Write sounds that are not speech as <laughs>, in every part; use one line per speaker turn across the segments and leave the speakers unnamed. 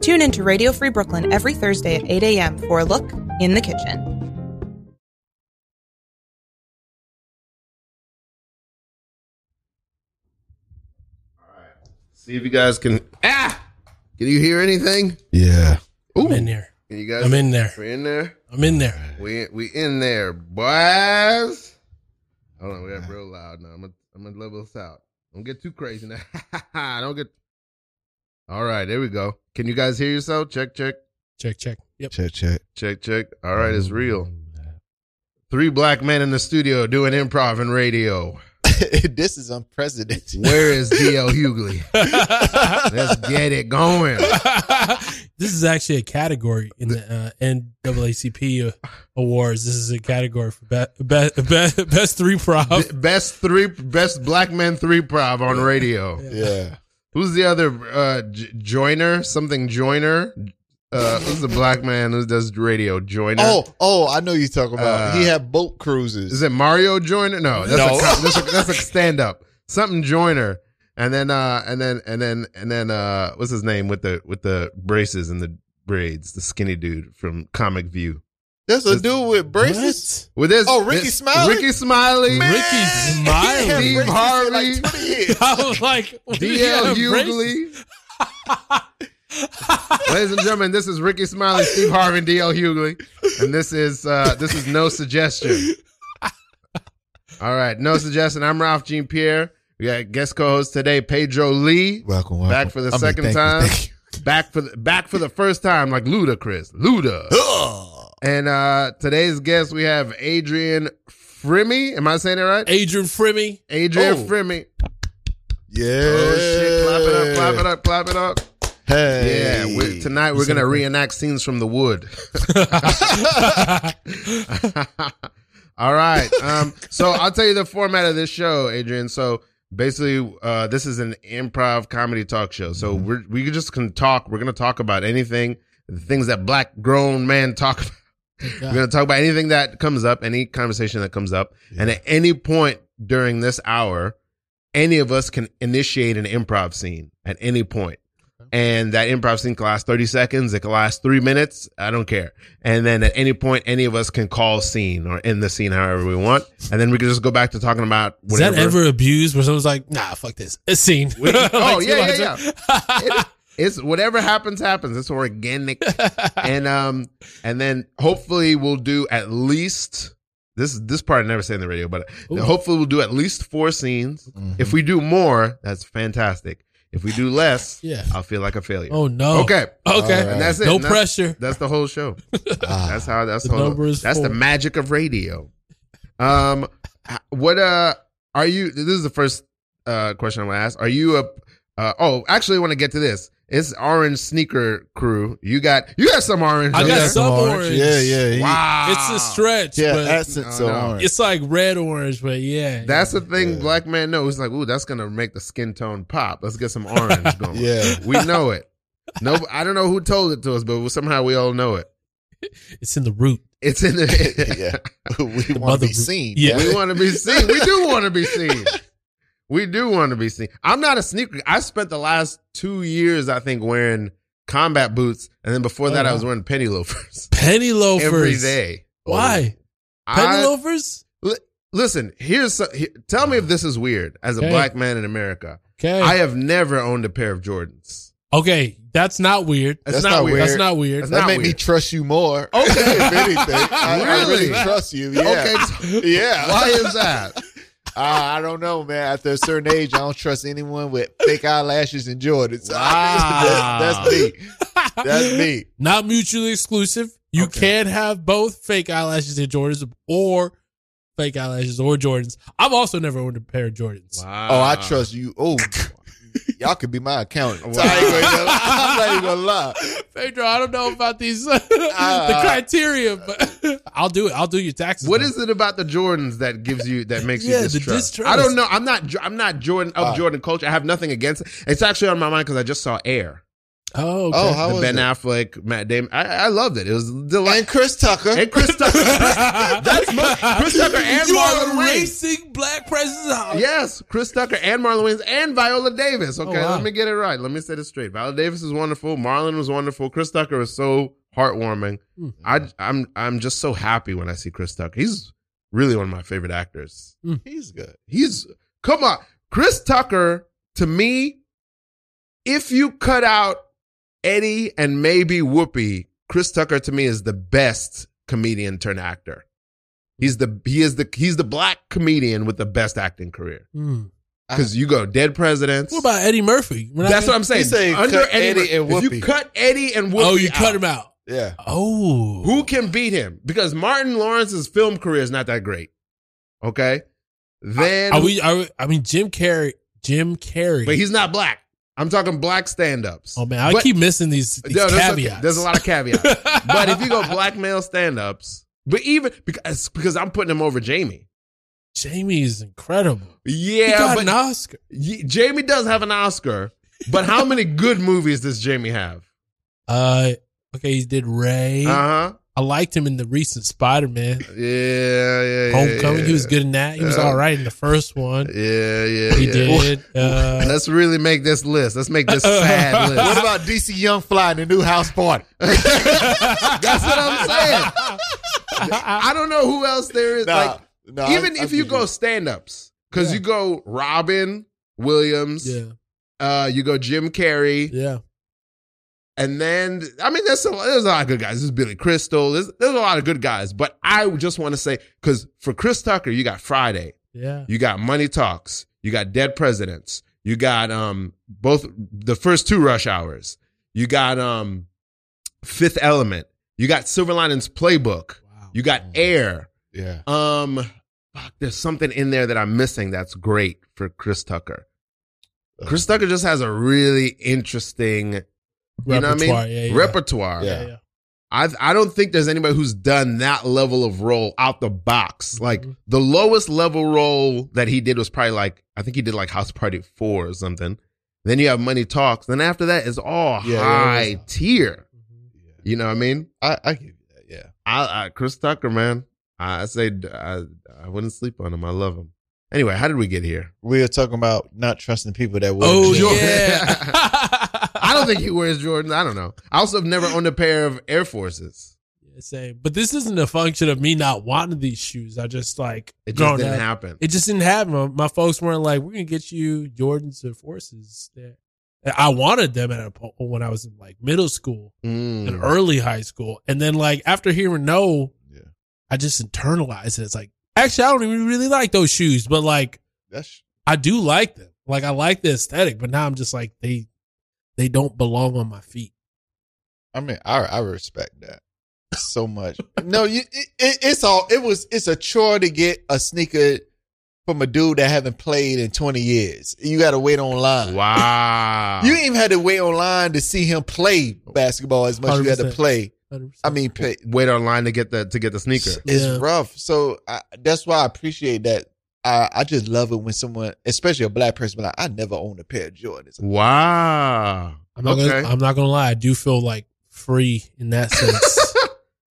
Tune in to Radio Free Brooklyn every Thursday at 8 a.m. for a look in the kitchen.
See if you guys can. Ah! Can you hear anything?
Yeah.
I'm in there.
Can you guys?
I'm in there.
We in there.
I'm in there.
We we in there, boys. Hold on, we got real loud now. I'm gonna I'm gonna level this out. Don't get too crazy now. <laughs> Don't get. All right, there we go. Can you guys hear yourself? Check check
Check, check.
<laughs>
Yep. <laughs>
Check, check.
check check. All right, it's real. Three black men in the studio doing improv and radio.
<laughs> this is unprecedented.
Where is DL Hughley? Let's get it going.
this is actually a category in the uh, NAACP awards. This is a category for be- be- be- best three prop.
B- Best three, best black men three prov on radio.
<laughs> Yeah.
Who's the other uh J- Joiner? Something Joiner? Uh who's the black man who does radio? Joiner.
Oh, oh, I know you talking about.
Uh,
he had boat cruises.
Is it Mario Joiner? No, that's
No.
a co- that's a,
<laughs>
that's a stand up. Something Joiner. And then uh and then and then and then uh what's his name with the with the braces and the braids, the skinny dude from Comic View.
That's a dude with braces.
With this
Oh, Ricky
this-
Smiley?
Ricky Smiley.
Man,
Ricky Smiley.
<laughs> he had
Steve
braces for
Harvey. <laughs>
Like 20 years.
I was like, <laughs> what do you
DL
have braces?
Hughley. Ladies and gentlemen, this is Ricky Smiley, Steve Harvey, and DL Hughley, and this is uh, this is no suggestion. All right, no suggestion. I'm Ralph Jean Pierre. We got guest co-host today, Pedro Lee,
Welcome, welcome.
Back for the second
thank you,
time.
thank you.
back for the, back for the first time, like Ludacris, Luda.
Ugh.
And uh, today's guest we have Adrian Frimmy. Am I saying it right?
Adrian <laughs> Frimmy.
Adrian
Oh.
Frimmy.
Yeah.
Oh shit! Clap it up! Clap it up! Clap it up! Yeah,
Hey.
we're, tonight we're gonna reenact scenes from the wood. <laughs> All right. Um, so I'll tell you the format of this show, Adrian. So basically, uh, this is an improv comedy talk show. So we're we just can talk. We're gonna talk about anything, the things that black grown men talk about. We're gonna talk about anything that comes up, any conversation that comes up, and at any point during this hour, any of us can initiate an improv scene at any point. And that improv scene can last 30 seconds. It can last three minutes. I don't care. And then at any point, any of us can call scene or end the scene however we want. And then we can just go back to talking about
Was
whatever.
that ever abused? Where someone's like, nah, fuck this. It's seen. <laughs>
We- oh, yeah, yeah, yeah. It- it's whatever happens, happens. It's
<laughs>
organic. and, um, and then hopefully we'll do at least this, this part I never say in the radio, but
Ooh.
hopefully we'll do at least four scenes.
Mhm.
If we do more, that's fantastic. If we do less,
Yeah.
I'll feel like a failure.
Oh, no.
Okay.
Okay.
All
And that's it.
No
And that's-
pressure.
That's the whole show.
Ah.
That's how. That's
The
the whole,
number is
That's the
four.
magic of radio. Um, h- what uh are you? This is the first uh question I'm gonna ask. Are you a? Uh, oh, actually, I want to get to this. It's orange sneaker crew. You got you got some orange.
I
over
got
there.
some orange.
Yeah, yeah. he-
Wow,
It's a stretch,
Yeah,
but
essence
No,
of
no.
orange.
it's like red orange, but yeah.
That's the thing
Yeah.
black man know. It's like, ooh, that's gonna make the skin tone pop. Let's get some
<laughs>
orange going. <laughs>
Yeah. <laughs>
we know it. No, I don't know who told it to us, but somehow we all know it.
it's in the root.
It's in
<laughs>
the
yeah. We want
mother-
to be seen.
Yeah.
We want to be seen. We do want to be seen. We do want to be seen. I'm not a sneaker. I spent the last two years, I think, wearing combat boots, and then before
Oh,
that, I
wow.
was wearing penny loafers <laughs>
Penny loafers.
every day. Oh,
Why? Penny
I,
loafers?
listen, here's so- here, tell me if this is weird as a
Okay.
black man in America.
Okay.
I have never owned a pair of Jordans.
okay. That's not weird.
That's,
That's
not,
not
weird.
That's not weird.
That's
that
not
made me
weird.
trust you more. <laughs>
Okay.
if anything, I, I
Really?
really trust you. Yeah.
<laughs> Okay, t-
Yeah.
why is that?
Uh, <laughs> I don't know, man. After a certain age, I don't trust anyone with fake eyelashes and Jordans. <laughs>
Wow.
that's, that's me. That's me.
not mutually exclusive. You
Okay.
can have both fake eyelashes and Jordans or fake eyelashes or Jordans. I've also never owned a pair of Jordans.
Wow.
Oh, I trust you. Oh, y'all could be my accountant.
Uh. Wow.
<laughs> I ain't gonna lie. I'm not even gonna lie.
Pedro, I don't know about these <laughs> the
Uh,
criteria, but <laughs> I'll do it. I'll do your taxes.
What
though.
is it about the Jordans that gives you that makes
Yeah,
you
the
distrust?
distrust.
I don't know. I'm not. I'm not Jordan of
Ah.
Jordan culture. I have nothing against it. It's actually on my mind because I just saw Air.
Oh, okay.
Oh, how
the
was
Ben
it?
Affleck, Matt Damon. I, I loved it. It was
And
<laughs>
delightful.
Chris Tucker.
And Chris Tucker. Oh, That's my, Chris Tucker and
you
Marlon
are
Wayans.
racing black presidents out.
Yes, Chris Tucker and Marlon Wayans and Viola Davis. Okay,
Oh, wow.
let me get it right. Let me set it straight. Viola Davis is wonderful. Marlon was wonderful. Chris Tucker is so heartwarming.
Hmm.
I, I'm I'm just so happy when I see Chris Tucker. He's really one of my favorite actors.
He's good.
He's come on, Chris Tucker to me. If you cut out Eddie and maybe Whoopi, Chris Tucker to me is the best comedian turned actor. He's the he is the he's the black comedian with the best acting career.
Hmm.
Because you go dead presidents.
What about Eddie Murphy? We're not
That's what
gonna-
I'm saying.
You say
Under
cut
Eddie,
Eddie and
if you
Whoopi.
cut Eddie and Whoopi,
Oh, you cut
out,
him out.
Yeah.
Oh,
Who can beat him? Because Martin Lawrence's film career is not that great. Okay, then
Are we, are we? I mean, Jim Carrey. Jim Carrey.
but he's not black. I'm talking black stand-ups.
oh man, I
But-
keep missing these, these
No, that's okay.
caveats.
There's a
<laughs>
lot of caveats. but if you go black male stand-ups, but even because because I'm putting him over Jamie.
Jamie is incredible.
Yeah,
he got
but
an Oscar.
y- Jamie does have an Oscar. But how many good movies does Jamie have?
Uh, okay, he did Ray.
Uh huh.
I liked him in the recent Spider Man
Yeah, yeah, yeah.
Homecoming.
yeah.
He was good in that. He was
Yeah.
all right in the first one.
Yeah, yeah,
He
yeah.
did.
<laughs>
Uh,
Let's really make this list. Let's make
<laughs>
this sad
What
list.
about DC Young Fly in the new house
<laughs>
party? <laughs>
That's what I'm saying. I don't know who else there is. like,
no,
even if you go stand ups, because
Yeah.
you go Robin Williams,
yeah,
uh, you go Jim Carrey,
yeah.
and then, I mean, there's a, there's a lot of good guys. There's Billy Crystal. There's, there's a lot of good guys. But I just want to say, because for Chris Tucker, you got Friday.
Yeah.
You got Money Talks. You got Dead Presidents. You got um both the first two rush hours. You got um Fifth Element. You got Silver Linings Playbook.
Wow.
You got Air.
yeah,
Um fuck, there's something in there that I'm missing that's great for Chris Tucker.
Uh-huh.
Chris Tucker just has a really interesting you know what I
Repertoire,
mean?
yeah, yeah.
repertoire.
Yeah.
yeah, yeah.
I I don't think there's anybody who's done that level of role out the box. Like
Mhm.
the lowest level role that he did was probably like I think he did like House Party Four or something. Then you have Money Talks. Then after that, it's all
Yeah, yeah, it
high
is.
tier.
Mhm.
You know what I mean?
I, I give you that. Yeah,
I, I Chris Tucker, man. I, I say I I wouldn't sleep on him. I love him. Anyway, how did we get here?
we are talking about not trusting people that will.
Oh
Jordan. <laughs>
yeah. <laughs>
I don't think he wears Jordan. I don't know. I also have never owned a pair of Air Forces.
Yeah, Same, but this isn't a function of me not wanting these shoes. I just like
It just
growing
didn't
up,
happen.
It just didn't happen. My, my folks weren't like, "We're gonna get you Jordans or Forces." There, And I wanted them at a po- when I was in like middle school
Mm.
and early high school, and then like after hearing no,
Yeah.
I just internalized it. It's like actually, I don't even really like those shoes, but like
That's
I do like them. Like I like the aesthetic, but now I'm just like they they don't belong on my feet.
I mean, I I respect that so much. no, you, it, it, it's all it was. It's a chore to get a sneaker from a dude that haven't played in twenty years. You got to wait online.
Wow.
You ain't even had to wait online to see him play basketball as much as you had to
100%.
play.
100%.
I mean, play,
wait online to get the to get the sneaker.
it's
Yeah.
rough. So I, that's why I appreciate that. I, I just love it when someone, especially a black person, be like, I never owned a pair of Jordans.
Wow.
I'm not
okay.
gonna I'm not gonna lie. I do feel like free in
<laughs>
that sense.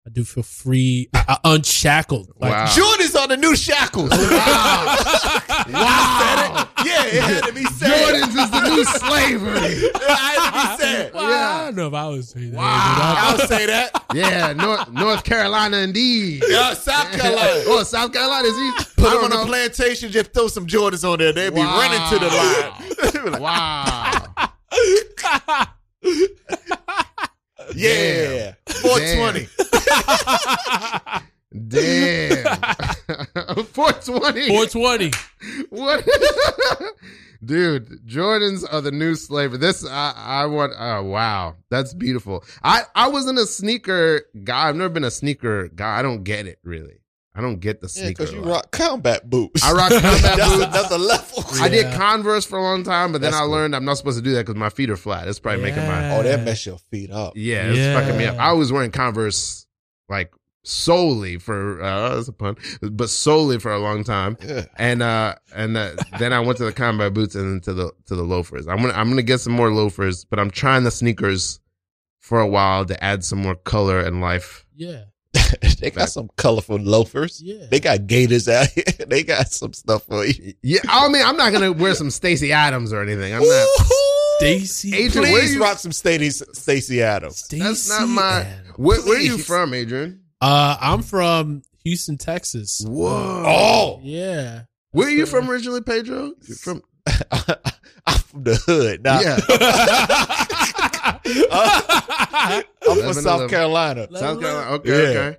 I do feel free, I, I, unshackled. Like,
Wow.
Jordans are the
<laughs>
new shackles.
Wow.
I
wow.
said it. Yeah, it had to be said.
Jordans is the new slavery.
It had to be said.
<laughs>
Well,
Yeah.
I don't know if I would say that.
Wow.
I'll say that.
Yeah, North North Carolina indeed.
Yeah, South Carolina.
<laughs> oh, South Carolina is easy. Put
I'm
on
on the
a-
plantation, just throw some Jordans on there. They'd be
Wow.
running to the line. They be like,
Wow.
yeah, 420.
Damn. <laughs> 420.
420.
What? <laughs> Dude, Jordans are the new slavery. This I I want. Oh wow, that's beautiful. I I wasn't a sneaker guy. I've never been a sneaker guy. I don't get it really. I don't get the
Yeah,
sneaker.
because you
life.
rock combat boots.
I rock combat
<laughs> that's
boots.
another level.
I did
Yeah.
Converse for a long time, but then
That's
I
cool.
learned I'm not supposed to do that because my feet are flat. It's probably making my
Yeah.
Oh, that mess your feet up.
yeah, it's
Yeah.
fucking me up. I was wearing Converse like solely for uh, that's a pun, but solely for a long time.
Yeah. <laughs>
And uh, and uh, then I went to the combat boots and then to the to the loafers. I'm gonna I'm gonna get some more loafers, but I'm trying the sneakers for a while to add some more color and life.
Yeah.
they got some colorful loafers.
Yeah.
They got gators out here. <laughs> They got some stuff for you.
Yeah, I mean I'm not gonna wear some Stacy Adams or anything. I'm not.
Ooh,
Stacy.
Agent- where
please
you-
rock some Stacey, Stacey Adams.
Stacy
That's not my.
Adams.
Where, where are you
Please.
from, Adrian?
Uh, I'm from Houston, Texas.
Whoa.
Oh.
Yeah.
Where are you from originally, Pedro? You're from
<laughs> I'm from the hood. Nah.
yeah.
<laughs> I'm from
11, 11.
South Carolina.
South Carolina. Okay,
Yeah.
okay.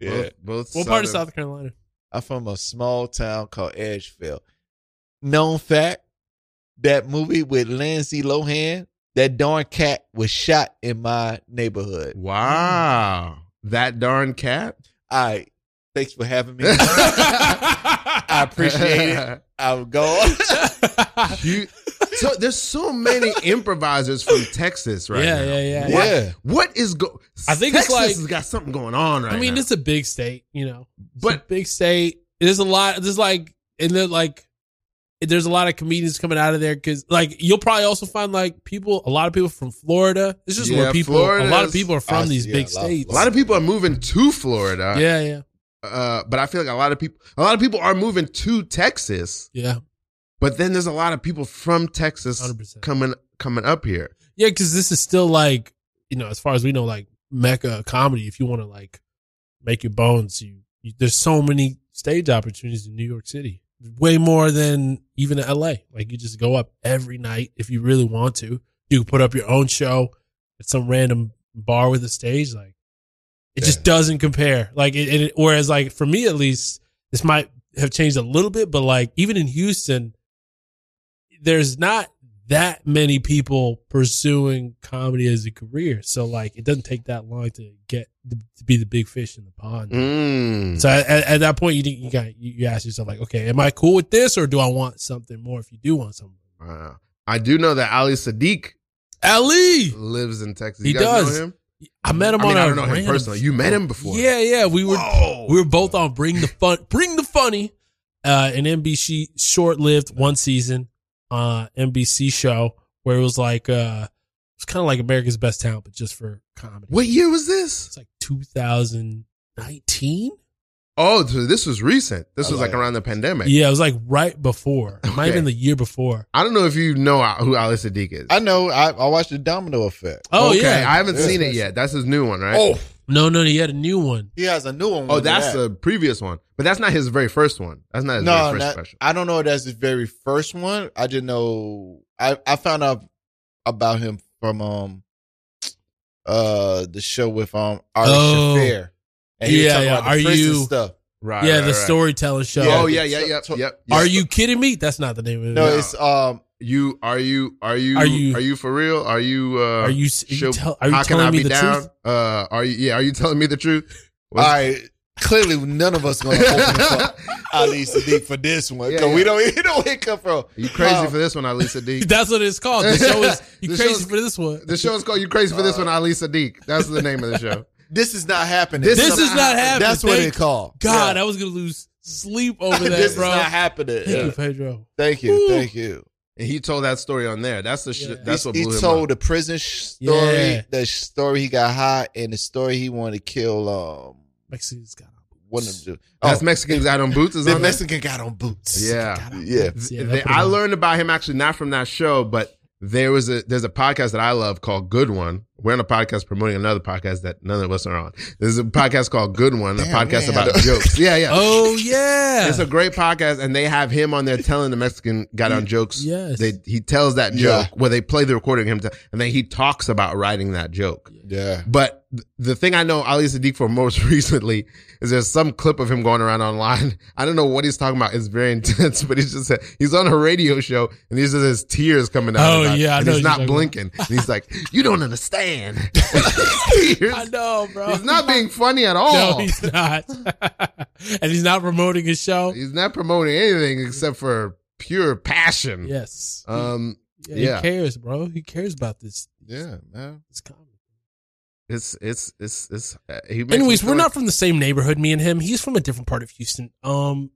Yeah.
Both, both
What part of
southern-
South Carolina?
<laughs>
I'm from a small town called Edgefield. Known fact, that movie with Lindsay Lohan, that darn cat was shot in my neighborhood.
Wow. That darn cat.
All right. Thanks for having <laughs> me. I appreciate
<laughs>
it. I'm going.
You- so there's so many improvisers from Texas right
yeah,
now.
yeah, yeah,
What, what is go?
I think it's
Texas
like-
has got something going on right
I mean,
now.
it's a big state, you know. It's a
but
big state. There's a lot. There's like, and then like, there's a lot of comedians coming out of there because like you'll probably also find like people, a lot of people from Florida. It's just
Yeah,
where people,
Florida
a lot of
is-
people are from
I
these
see
big
a lot of
states.
a lot of people are moving to Florida.
yeah, yeah,
Uh, but I feel like a lot of people, a lot of people are moving to Texas.
yeah,
But then there's a lot of people from Texas
hundred percent.
coming coming up here.
Yeah, because this is still like you know, as far as we know, like mecca of comedy. If you want to like make your bones, you, you there's so many stage opportunities in New York City, way more than even in L.A. Like you just go up every night if you really want to. You can put up your own show at some random bar with a stage. Like it just doesn't compare. Like it, it, whereas like for me at least, this might have changed a little bit, but like even in Houston, there's not that many people pursuing comedy as a career. So like, it doesn't take that long to get to be the big fish in the pond.
Mm.
So at, at that point, you think you got you, you ask yourself like, okay, am I cool with this, or do I want something more? If you do want something,
Wow. I do know that Ali Sadiq
Ali,
lives in Texas.
He
You guys
does.
Know him?
I met him
I mean,
on.
I
a
don't know him
random-
personally. You met him before.
Yeah, yeah, we were
Whoa.
we were both on Bring the Fun, Bring the Funny, uh, an NBC short-lived one season uh, NBC show where it was like uh, it's kind of like America's Best Talent, but just for comedy.
what year was this?
It's like 2019.
Oh, so this was recent. This
I
was like
like
around the pandemic.
Yeah, it was like right before. It might have
Okay.
been the year before.
I don't know if you know who Ali Sadiq is.
I know. I, I watched the Domino Effect.
Oh
okay,
yeah. Oh,
I haven't
Yeah.
seen it yet. That's his new one, right?
no, no, he had a new one.
oh, he has a new one.
Oh,
with
that's
that.
the previous one, but that's not his very first one. That's not his
no.
very first
not-
special.
I don't know. If that's his very first one. I just know. I I found out about him from um uh the show with um Ari
Oh.
Shaffir. And he was
Yeah,
talking
yeah.
about the
Are
prison
you-
stuff.
Right.
yeah,
right,
the
right.
storytelling show.
Oh
Yeah.
yeah, yeah, yeah,
So-
yep.
Are
yep.
you kidding me? That's not the name of it.
No,
No.
it's um
You are you are you
Are you-
are you for real? Are you? Uh,
are you are you,
show-
tell, are you
how can I
telling me
be
the
down?
truth?
Uh, are you? Yeah, are you telling me the truth? What's-
all right. Clearly none of us gonna open
<laughs>
for Ali Sadiq for this one.
Yeah,
'cause
yeah.
we don't <laughs> even know where it come from.
you crazy
Uh,
for this one, Ali Sadiq?
<laughs> That's what it's called. The show is you
The
crazy
show's-
for this one.
The show's called "You Crazy for This
Uh,
One," Ali Sadiq. That's the name of the show.
This is not happening.
This
This is not happening.
That's what
Thank
it called.
God,
Yeah.
I was gonna lose sleep
<laughs>
over that,
this
bro.
is not happening.
Thank
Yeah.
you, Pedro.
Thank you,
Woo.
thank you.
And he told that story on there. That's the sh-
Yeah.
that's
he,
what
he
blew him
told
up.
the prison sh- story,
Yeah.
the sh- story he got high, and the story he wanted to kill um
Mexicans got on.
one of the
That's Mexicans out on boots <laughs> is
the
on there?
Mexican got on boots.
Yeah,
yeah.
Yeah,
Th-
that put
I
him on.
learned about him actually not from that show, but there was a there's a podcast that I love called Good One. We're on a podcast promoting another podcast that none of us are on. There's a podcast called Good One,
Damn,
a podcast
we ain't had
about
a-
jokes. Yeah, yeah.
<laughs> Oh yeah.
It's a great podcast, and they have him on there telling the Mexican got on jokes.
Yes.
They, he tells that
Yeah.
joke where they play the recording of him, t- and then he talks about writing that joke.
Yeah.
But th- the thing I know Ali Sadiq for most <laughs> recently is there's some clip of him going around online. <laughs> I don't know what he's talking about. It's very <laughs> intense, but he's just he's on a radio show and he's just his tears coming down.
Oh,
his eyes.
yeah, I
and
know
he's
what you're
not
talking about.
blinking. And he's like, "You don't
<laughs>
understand." <laughs> His tears.
I know, bro.
He's not being funny at all.
<laughs> No, he's not. <laughs> and he's not promoting his show.
He's not promoting anything except for pure passion.
Yes.
Um,
yeah,
yeah.
He cares, bro. He cares about this
Yeah, man.
this comedy.
It's it's it's it's. Uh, he makes me
Anyways,
feel
we're
like-
not from the same neighborhood, me and him. He's from a different part of Houston. Um,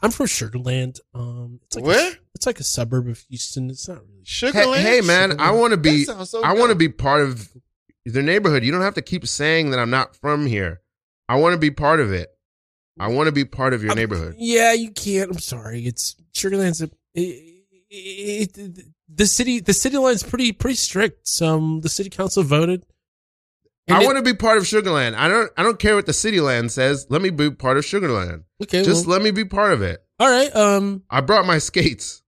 I'm from Sugarland. Um, it's like a-
Where?
it's like a suburb of Houston. It's not really.
Sugar
Hey, hey, man, I want to be.
so
I want to
good.
be part of the neighborhood. You don't have to keep saying that I'm not from here. I want to be part of it. I want to be part of your
I'm-
neighborhood.
Yeah, you can't. I'm sorry. It's Sugarland's a. It, it, it- the city, the city line's pretty pretty strict. Some the city council voted.
I want to be part of Sugarland. I don't. I don't care what the city land says. Let me be part of Sugarland.
to. Okay,
Just
well,
let me be part of it.
all right. Um,
I brought my skates.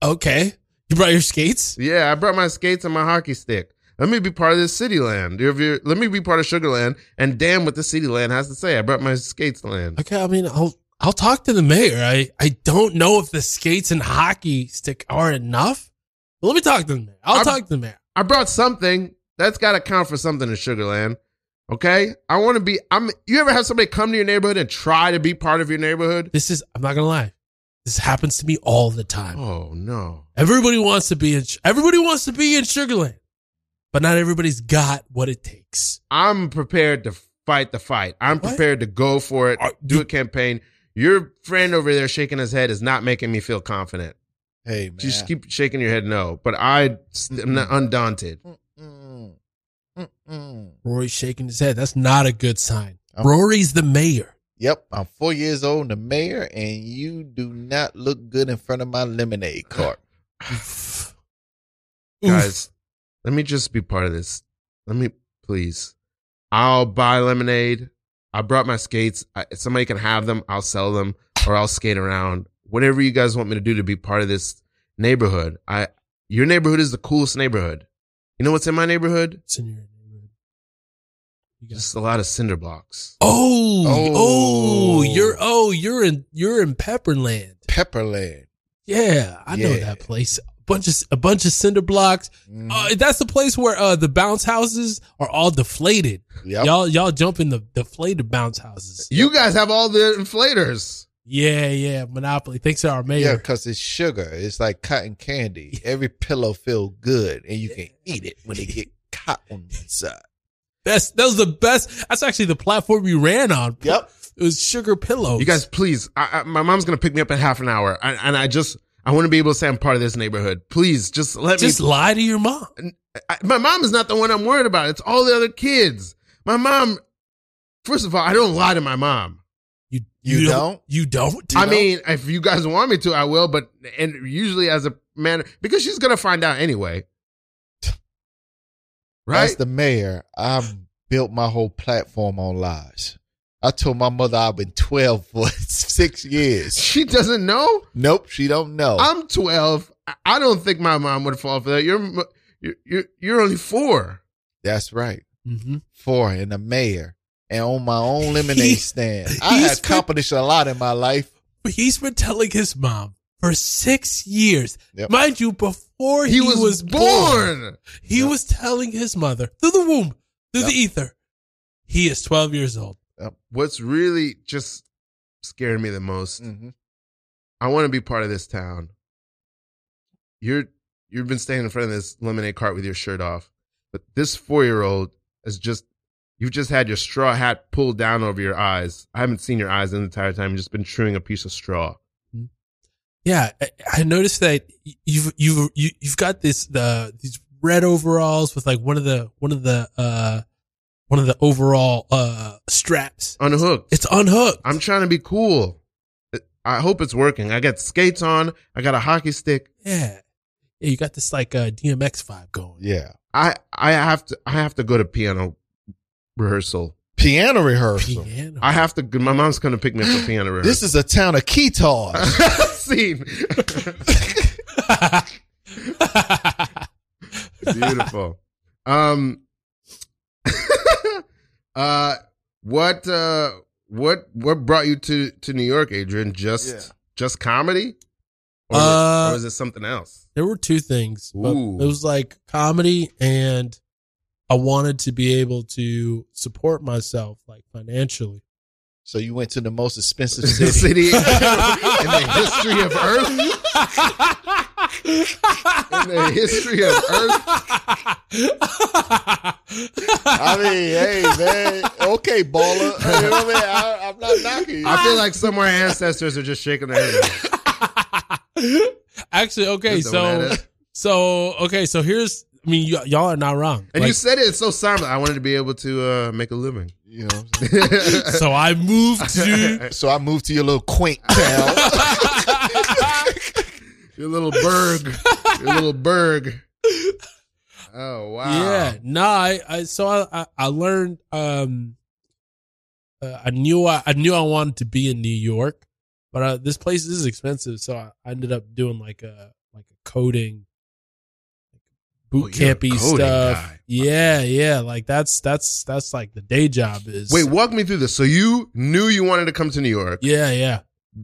okay. You brought your skates.
Yeah, I brought my skates and my hockey stick. Let me be part of this city land. If you're- let me be part of Sugarland and damn what the city land has to say. I brought my skates land.
Okay, I mean, I'll I'll talk to the mayor. I I don't know if the skates and hockey stick are enough. But let me talk to the mayor. I'll
I'm-
talk to the mayor.
I brought something. That's got to count for something in Sugarland. Okay? I want to be I'm you ever have somebody come to your neighborhood and try to be part of your neighborhood?
This is I'm not gonna lie. This happens to me all the time.
Oh no.
Everybody wants to be in everybody wants to be in Sugarland, but not everybody's got what it takes.
I'm prepared to fight the fight. I'm
What?
prepared to go for it.
Are-
Do a campaign. Your friend over there shaking his head is not making me feel confident.
Hey, man.
You Just keep shaking your head no, but I am not undaunted.
Mm-mm. Mm-mm.
Rory's shaking his head. That's not a good sign.
I'm-
Rory's the mayor.
Yep, I'm four years old, and the mayor, and you do not look good in front of my
<laughs>
lemonade cart.
Oof.
guys let me just be part of this let me please i'll buy lemonade i brought my skates I, somebody can have them i'll sell them or i'll skate around whatever you guys want me to do to be part of this neighborhood i your neighborhood is the coolest neighborhood you know what's in my neighborhood
It's in your neighborhood. You got-
just a lot of cinder blocks
Oh, oh,
Oh.
you're oh, you're in you're in Pepperland.
Pepperland.
Yeah, I know
Yeah.
that place. A bunch of a bunch of cinder blocks.
Mm,
Mm-hmm.
Uh, that's the place where uh, the bounce houses are all deflated.
yep.
Y'all y'all jump in the deflated bounce houses.
you guys have all the inflators
Yeah, yeah, Monopoly. Thanks to our
Yeah,
mayor.
because it's sugar. It's like cotton candy. Every pillow feel good, and you can eat it when it get caught on the side.
That's that was the best. That's actually the platform we ran on.
Yep.
It was Sugar Pillows.
you guys please I, I, my mom's gonna pick me up in half an hour I, and i just i want to be able to say i'm part of this neighborhood please just let me
just lie to your mom.
I, my mom is not the one I'm worried about. It's all the other kids. My mom, first of all, I don't lie to my mom.
You
You don't?
You don't.
I mean, if you guys want me to, I will, but, and usually as a man, because she's going to find out anyway.
As
Right?
the mayor, I've built my whole platform on lies. I told my mother I've been 12 for <laughs> six years.
she doesn't know.
Nope, she don't know.
I'm 12. I- I don't think my mom would fall for that. You're, m- you're, you're, you're only four.
That's right.
Mhm.
Four and the mayor. And on my own lemonade stand. I
he's
have accomplished a lot in my life.
But he's been telling his mom for six years,
Yep.
mind you, before
He,
he,
was,
born,
born.
he
Yep.
was telling his mother through the womb, through
Yep.
the ether, he is 12 years old.
What's really just scared me the most
Mm-hmm.
I want to be part of this town. You're you've been standing in front of this lemonade cart with your shirt off, but this four year old is just you've just had your straw hat pulled down over your eyes. I haven't seen your eyes the entire time. You've just been chewing a piece of straw.
Yeah, I, I noticed that y- you've you've you, you've got this the these red overalls with like one of the one of the uh one of the overall uh straps.
Unhooked.
It's unhooked.
I'm trying to be cool. I hope it's working. I got skates on. I got a hockey stick.
yeah. Yeah, you got this like uh DMX vibe going.
Yeah.
I I have to I have to go to piano rehearsal.
Piano rehearsal.
Piano. <laughs>
I <laughs> have to. My mom's gonna pick me up for piano rehearsal.
This is a town of
<laughs>
keytars.
scene. Beautiful. Um <laughs> uh what uh what what brought you to to New York, Adrian? Just
Yeah.
just comedy? Or,
Uh,
or is it something
<laughs>
else?
there were two things. but
Ooh.
It was like comedy and I wanted to be able to support myself like
<laughs>
financially.
<laughs> so you went to the most expensive
The
<laughs>
city.
city in the history of Earth? in the history of Earth.
I mean, hey man, okay, baller. You know what I mean? I, I'm not knocking you.
I feel like some of our ancestors are just shaking their head.
Actually, <laughs> okay,
Just throwing
so
that at-
so okay, so here's. I mean, y- y'all are not wrong.
and you
Like,
said it so silent. I wanted to be able to uh, make a living.
you know. What I'm
<laughs>
uh,
so I
<laughs>
moved to.
saying? So I moved to your little quaint town.
Your little berg. Your little
<laughs>
berg. Oh wow.
Yeah, no, I, I so I, I, I learned. Um, uh, I knew I, I knew I wanted to be in New York, but uh, this place is expensive, so I, I ended up doing like a like a coding,
Oh,
boot
you're a
campy
coding
stuff.
guy.
Yeah, yeah, like that's that's that's like the day job is.
Wait, walk me through this. So you knew you wanted to come to New York
yeah, yeah,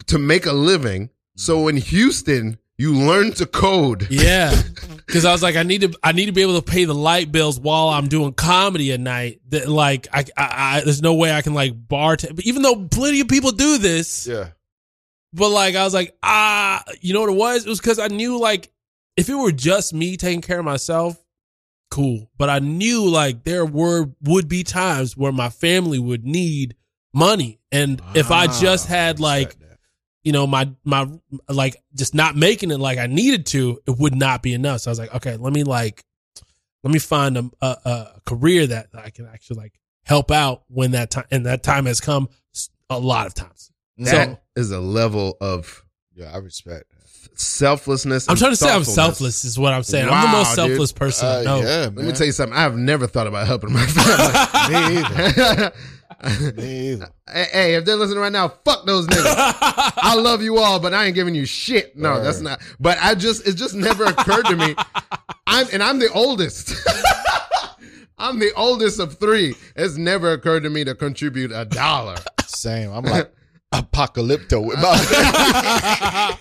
to make a living.
Mm-hmm.
So in Houston, you learned to code.
yeah. Because I was like, I need to I need to be able to pay the light bills while I'm doing comedy at night. That like I, I, I there's no way I can like bartend. But even though plenty of people do this.
yeah.
But like I was like, ah, you know what it was? It was because I knew like if it were just me taking care of myself, cool. But I knew like there were would be times where my family would need money. And if I just
Ah,
had like, you know, my my like just not making it like I needed to, it would not be enough. So I was like, okay, let me like let me find a a, a career that I can actually like help out when that time and that time has come s- a lot of times.
That
So-
is a level of
<laughs> yeah, I respect that.
selflessness.
I'm
and
trying to say I'm
thoughtfulness.
selfless is what I'm saying. I'm the
Wow,
most selfless person I
Uh,
know.
Yeah, man.
Let me tell you something. I've never thought about helping
<laughs>
my <laughs> family.
<laughs> Me either.
hey, hey, if they're listening right now, fuck those
<laughs>
niggas. I love you all, but I ain't giving you shit. No,
Word.
that's not. But I just, it just never occurred to me. I'm, and I'm the oldest. <laughs> I'm the oldest of three. It's never occurred to me to contribute a
<laughs>
dollar.
Same. I'm <laughs> like apocalypto with <laughs> my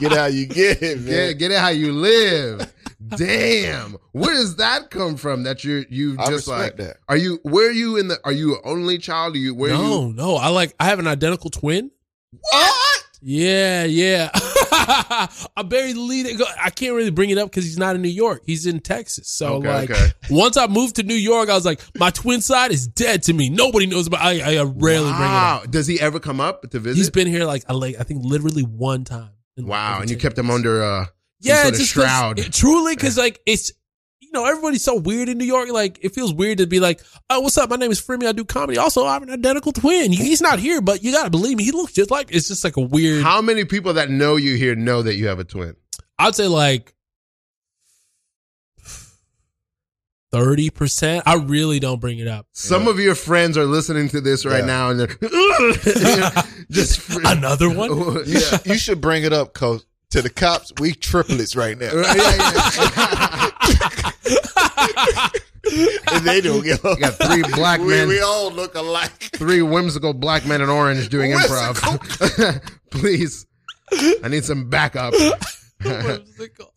get how you get it, man.
Get, get it how you live. Damn, where does that come from? That you you
I
just like
respect that.
Are you where are you in the are you an only child? Are you <laughs> where are you
<laughs> no, no. I like I have an identical twin.
what?
Yeah, yeah. <laughs> I barely lead it. I can't really bring it up because he's not in New York. He's in Texas. So
Okay,
like
okay.
once I moved to New York, I was like, my twin side is dead to me. Nobody knows about I I rarely bring it up.
wow. Does he ever come up to visit?
He's been here like I like I think literally one time. in, like,
wow,
over
and you
10
kept him
years.
under uh
yeah,
sort of
it's just 'cause-
shroud.
it- truly, because like it's you know everybody's so weird in New York. Like it feels weird to be like, oh, what's up? My name is Freemy. I do comedy. Also, I have an identical twin. He's not here, but you gotta believe me. He looks just like. It's just like a weird.
how many people that know you here know that you have a twin?
I'd say like thirty percent. I really don't bring
<clears throat>
it up.
Some
Yeah.
of your friends are listening to this right
Yeah.
now and they're you know, <laughs> just <laughs>
Another one.
You,
yeah.
sh- you should bring it up, coach. To the cops, we triplets right now. <laughs>
Right, yeah, yeah.
And they don't give up.
you got three black
we,
men,
we all look alike.
three whimsical black men in orange doing improv. <laughs> Please, I need some backup.
<laughs> Whimsical.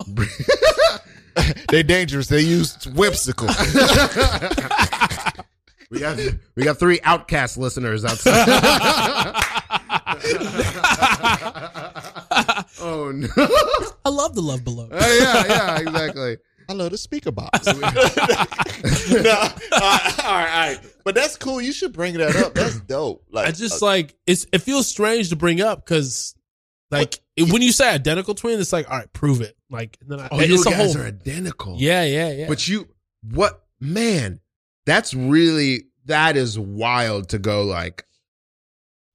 they dangerous. They use whimsical.
We got we got three outcast listeners <laughs> outside. oh no!
I love the love below.
Oh, yeah, yeah, exactly.
I love the speaker <laughs> box. no, all right, all right. But that's cool. You should bring that up. That's dope. Like uh,
I just like it's it feels strange to bring up because like it- when you say identical twin, it's like all right, prove it. Like and then I,
Oh, you
it's a
guys
whole
are identical.
yeah yeah yeah.
but you what man? That's really that is wild to go like.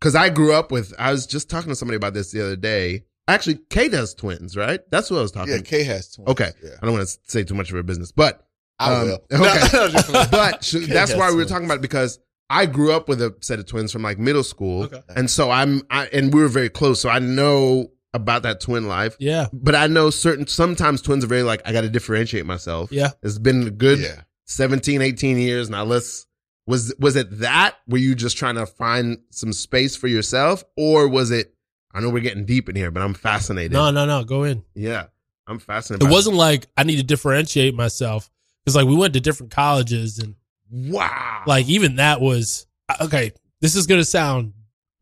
Because I grew up with, I was just talking to somebody about this the other day. Actually, Kate has twins, right? That's who I was talking.
yeah, K has twins.
Okay.
yeah,
I don't want to say too much of her business, but
I
Um,
will.
okay.
<laughs> No, I'm just playing.
but sh- that's
Yeah,
why we were
so-
talking about it because I grew up with a set of twins from like middle school,
Okay.
and so I'm I, and we were very close, so I know about that twin life.
yeah
But I know certain sometimes twins are very like I got to differentiate myself.
yeah.
It's been a good
yeah.
seventeen, eighteen 17, 18 years now. Let's was was it that were you just trying to find some space for yourself, or was it? I know we're getting deep in here, but I'm fascinated.
No no no. Go in.
Yeah, I'm fascinated.
It
by-
wasn't like I need to differentiate myself because like we went to different colleges and
wow.
like even that was uh, okay. This is gonna sound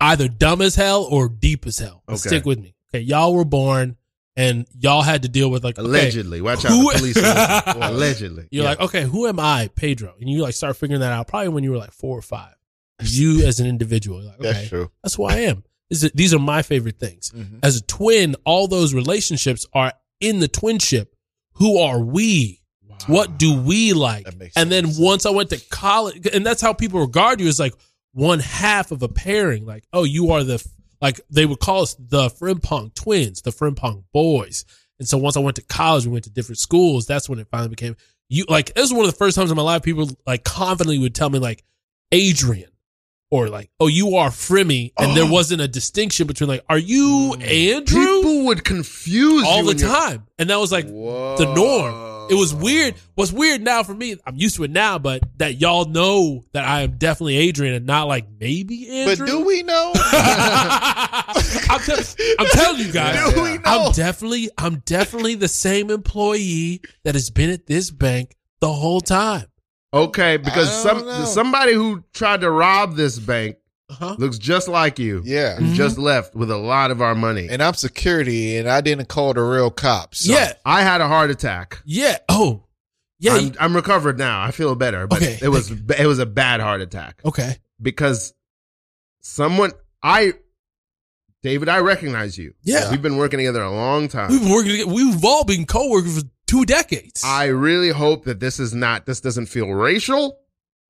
either dumb as hell or deep as hell. But
Okay.
Stick with me. okay, y'all were born and y'all had to deal with like okay,
Allegedly, watch out,
Who-
the police.
<laughs>
listen. Allegedly,
You're
Yeah.
like, oh, okay, who am I, Pedro? And you like start figuring that out probably when you were like four
<laughs>
or five. You as an individual, you're like, okay,
That's
that's,
true.
who I am. This is- these are my favorite things.
Mhm.
As a twin, all those relationships are in the twinship. Who are we? What do we like?
That makes
And then
sense.
once I went to college, and that's how people regard you is like one half of a pairing. Like, oh, you are the f- like they would call us the Frimpong twins, the Frimpong boys. And so once I went to college, we went to different schools. That's when it finally became you. Like it was one of the first times in my life people like confidently would tell me like Adrian or like, oh, you are Frimmy, and there
Oh. Hmm.
wasn't a distinction between like, are you Andrew
People would confuse
all
you
the
and your-
time? And that was like the norm. It
Uh,
was weird. What's weird now for me, I'm used to it now, but that y'all know that I am definitely Adrian and not like maybe
But
Andrew.
do we know?
<laughs> I'm, tell- I'm telling you guys,
Yeah.
do we know?
I'm definitely, I'm definitely the same employee that has been at this bank the whole time.
Okay, because
I
some
don't know.
somebody who tried to rob this bank
Uh-huh.
looks just like you.
yeah.
Mm-hmm.
And just left with a lot of our money.
And I'm security, and I didn't call the real cops. so-
yeah,
I had a heart attack.
yeah. Oh, yeah.
I'm,
you-
I'm recovered now. I feel better, but
Okay, Oh.
it was it was a bad heart attack
okay.
because someone I David, I recognize you.
Yeah.
We've been working together a long time.
We've been working. together- We've all been coworkers for two decades.
I really hope that this is not this doesn't feel racial,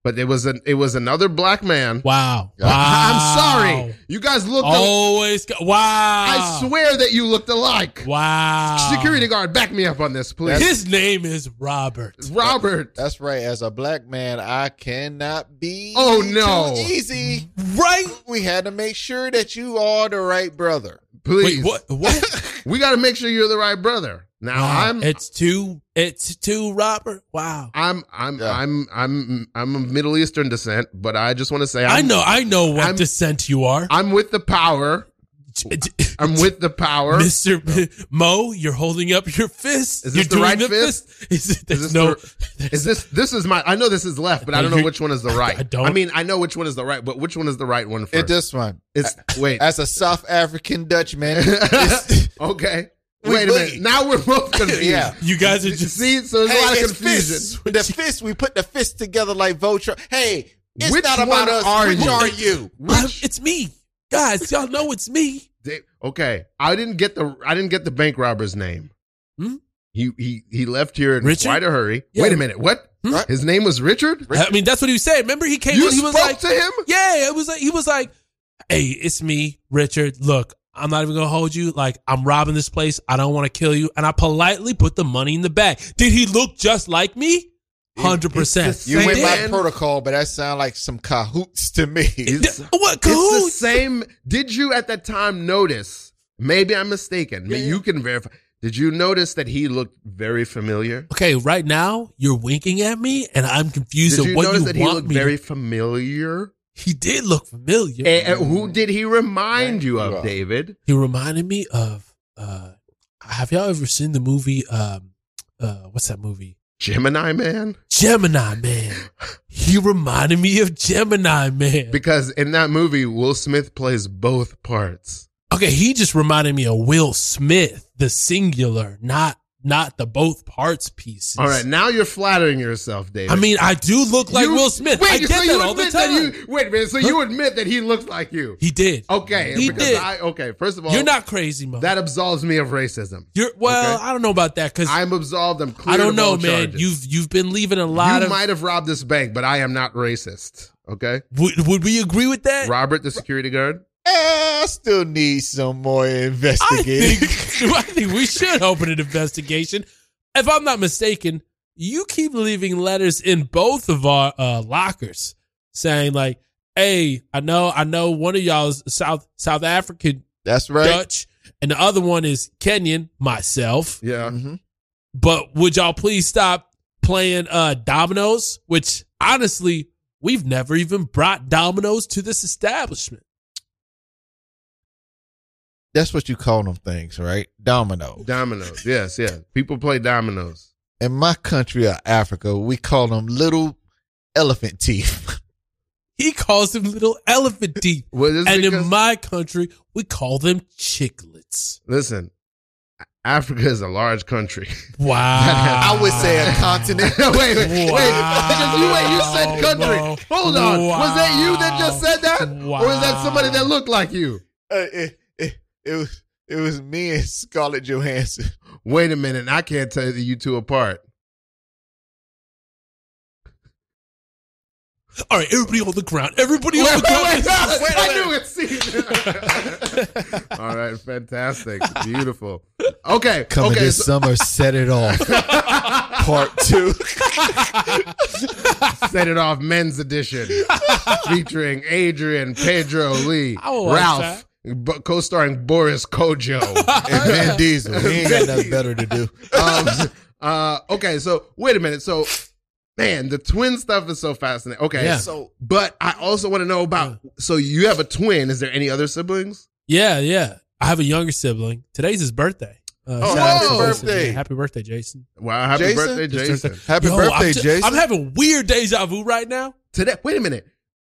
but it was an it was another black man.
wow.
<laughs>
Wow.
I'm sorry. You guys look al-
Always. Go- wow.
I swear that you looked alike.
Wow.
Security guard, back me up on this, please.
His name is Robert.
Robert.
That's right. As a black man, I cannot be.
Oh, no.
too easy.
Right?
We had to make sure that you are the right brother.
Please.
Wait, what? What?
We gotta make sure you're the right brother. <laughs> Now
Wow.
I'm
It's two. It's two, Robert. Wow.
I'm I'm
Yeah.
I'm I'm I'm of Middle Eastern descent, but I just want to say
i
I'm,
know. I know what
I'm-
descent you are.
I'm with the power. I'm with the power.
Mr. <laughs> Mo, you're holding up your fist.
Is this
you're
the right fist?
<laughs> Is it, there's
this
no.
Is this this is my I know this is left, but I don't know
You're-
which one is the right.
<laughs> I don't-
I mean, I know which one is the right, but which one is the right one
It
first?
this one.
it's
<laughs>
wait.
As a South African
<laughs>
Dutch man,
okay.
We
Wait a minute.
bleed.
Now we're both confused.
<laughs> Yeah.
<laughs> you guys are just.
See, so there's a lot of
Hey, it's
confusion.
fists. The fist, we put the fist together like Voltron. Hey, it's
Which
not about
one
us.
are
Which
you?
are you?
I'm- <laughs> it's me. Guys, y'all know it's me.
They- okay, I didn't get the I didn't get the bank robber's name.
Hmm?
He he he left here in
Richard?
quite a hurry.
Yeah.
Wait a minute, what?
Hmm?
His name was Richard.
I mean, that's what he was saying. Remember, he came.
you
in, he
spoke
was like,
to him.
Yeah, it was like he was like, "Hey, it's me, Richard. Look, I'm not even gonna hold you. Like, I'm robbing this place. I don't want to kill you." And I politely put the money in the bag. Did he look just like me? Hundred
It's
percent.
the
You
Same
went by
man.
protocol, but that sound like some cahoots to
<laughs>
me.
It's-
What
It's the
cahoots?
same. Did you at that time notice? Maybe I'm mistaken. Maybe You can verify. Did you notice that he looked very familiar?
Okay, right now you're winking at me, and I'm confused
Did
at
you
what
notice
you
that he
want
looked
me.
very familiar?
he did look familiar.
And, and who did he remind
Right.
you of,
Yeah.
David?
he reminded me of. uh Have y'all ever seen the movie? um uh What's that movie?
Gemini Man?
Gemini Man. He reminded me of Gemini Man.
Because in that movie, Will Smith plays both parts.
Okay, he just reminded me of Will Smith, the singular, not not the both parts pieces.
All right, now you're flattering yourself, David.
I mean, I do look like
You-
Will Smith.
Wait,
I get
so you
that all the
admit that
time.
you- wait a minute. So you admit that he looks like you?
he did.
Okay,
He
because
did.
I okay. First of all,
You're not crazy, Mo.
That absolves me of racism.
You're well.
Okay.
I don't know about that because I
I'm absolved. I'm clear.
don't know, man. You've you've been leaving a lot
you
of.
might have robbed this bank, but I am not racist. Okay,
Would, would we agree with that?
Robert, the security guard.
Eh, <laughs> I still need some more
I
investigating.
think <laughs> I think we should open an investigation. If I'm not mistaken, you keep leaving letters in both of our uh, lockers saying like, "Hey, I know, I know one of y'all is South South African
<laughs> That's right.
Dutch, and the other one is Kenyan myself.
Yeah,
Mhm.
But would y'all please stop playing uh, dominoes? Which honestly, we've never even brought dominoes to this establishment.
That's what you call them things, right? Domino.
dominoes. Yes, yeah. People play dominoes.
In my country of Africa, we call them little elephant teeth.
He calls them little elephant <laughs> teeth.
Well, this is
And
because-
in my country, we call them chiclets.
listen, Africa is a large country. <laughs>
Wow.
I would say a continent.
wait, wait, wait. Because you, wait, you said country.
Wow.
Hold on. Was that you that just said that?
Wow.
Or is that somebody that looked like you?
Uh, it, it, it was it was me and Scarlett Johansson.
Wait a minute. I can't tell you two apart.
All right, everybody on the ground. Everybody on the ground.
Oh <laughs> I knew it. See? <laughs> All right, fantastic, beautiful. Okay,
Coming
okay.
this
so-
summer, set it
<laughs>
off.
Part two.
Set it off, men's
<laughs>
edition, featuring Adrian, Pedro Lee,
I will watch
Ralph, b- co-starring Boris Kojo.
and Vin Diesel.
We ain't got nothing better to do.
<laughs> um, uh, okay, so wait a minute. So, man, the twin stuff is so fascinating. Okay,
Yeah.
So
but I also want to know about. So you have a twin. Is there any other siblings?
Yeah, yeah. I have a younger sibling. Today's his birthday. Uh,
Oh,
shout out
happy
to Jason.
birthday.
Yeah, happy birthday, Jason.
Wow, happy
Jason?
birthday,
Just turned
Jason.
thirty.
happy
Yo,
birthday,
I'm ju-
Jason.
I'm having weird deja vu right now.
today. Wait a minute.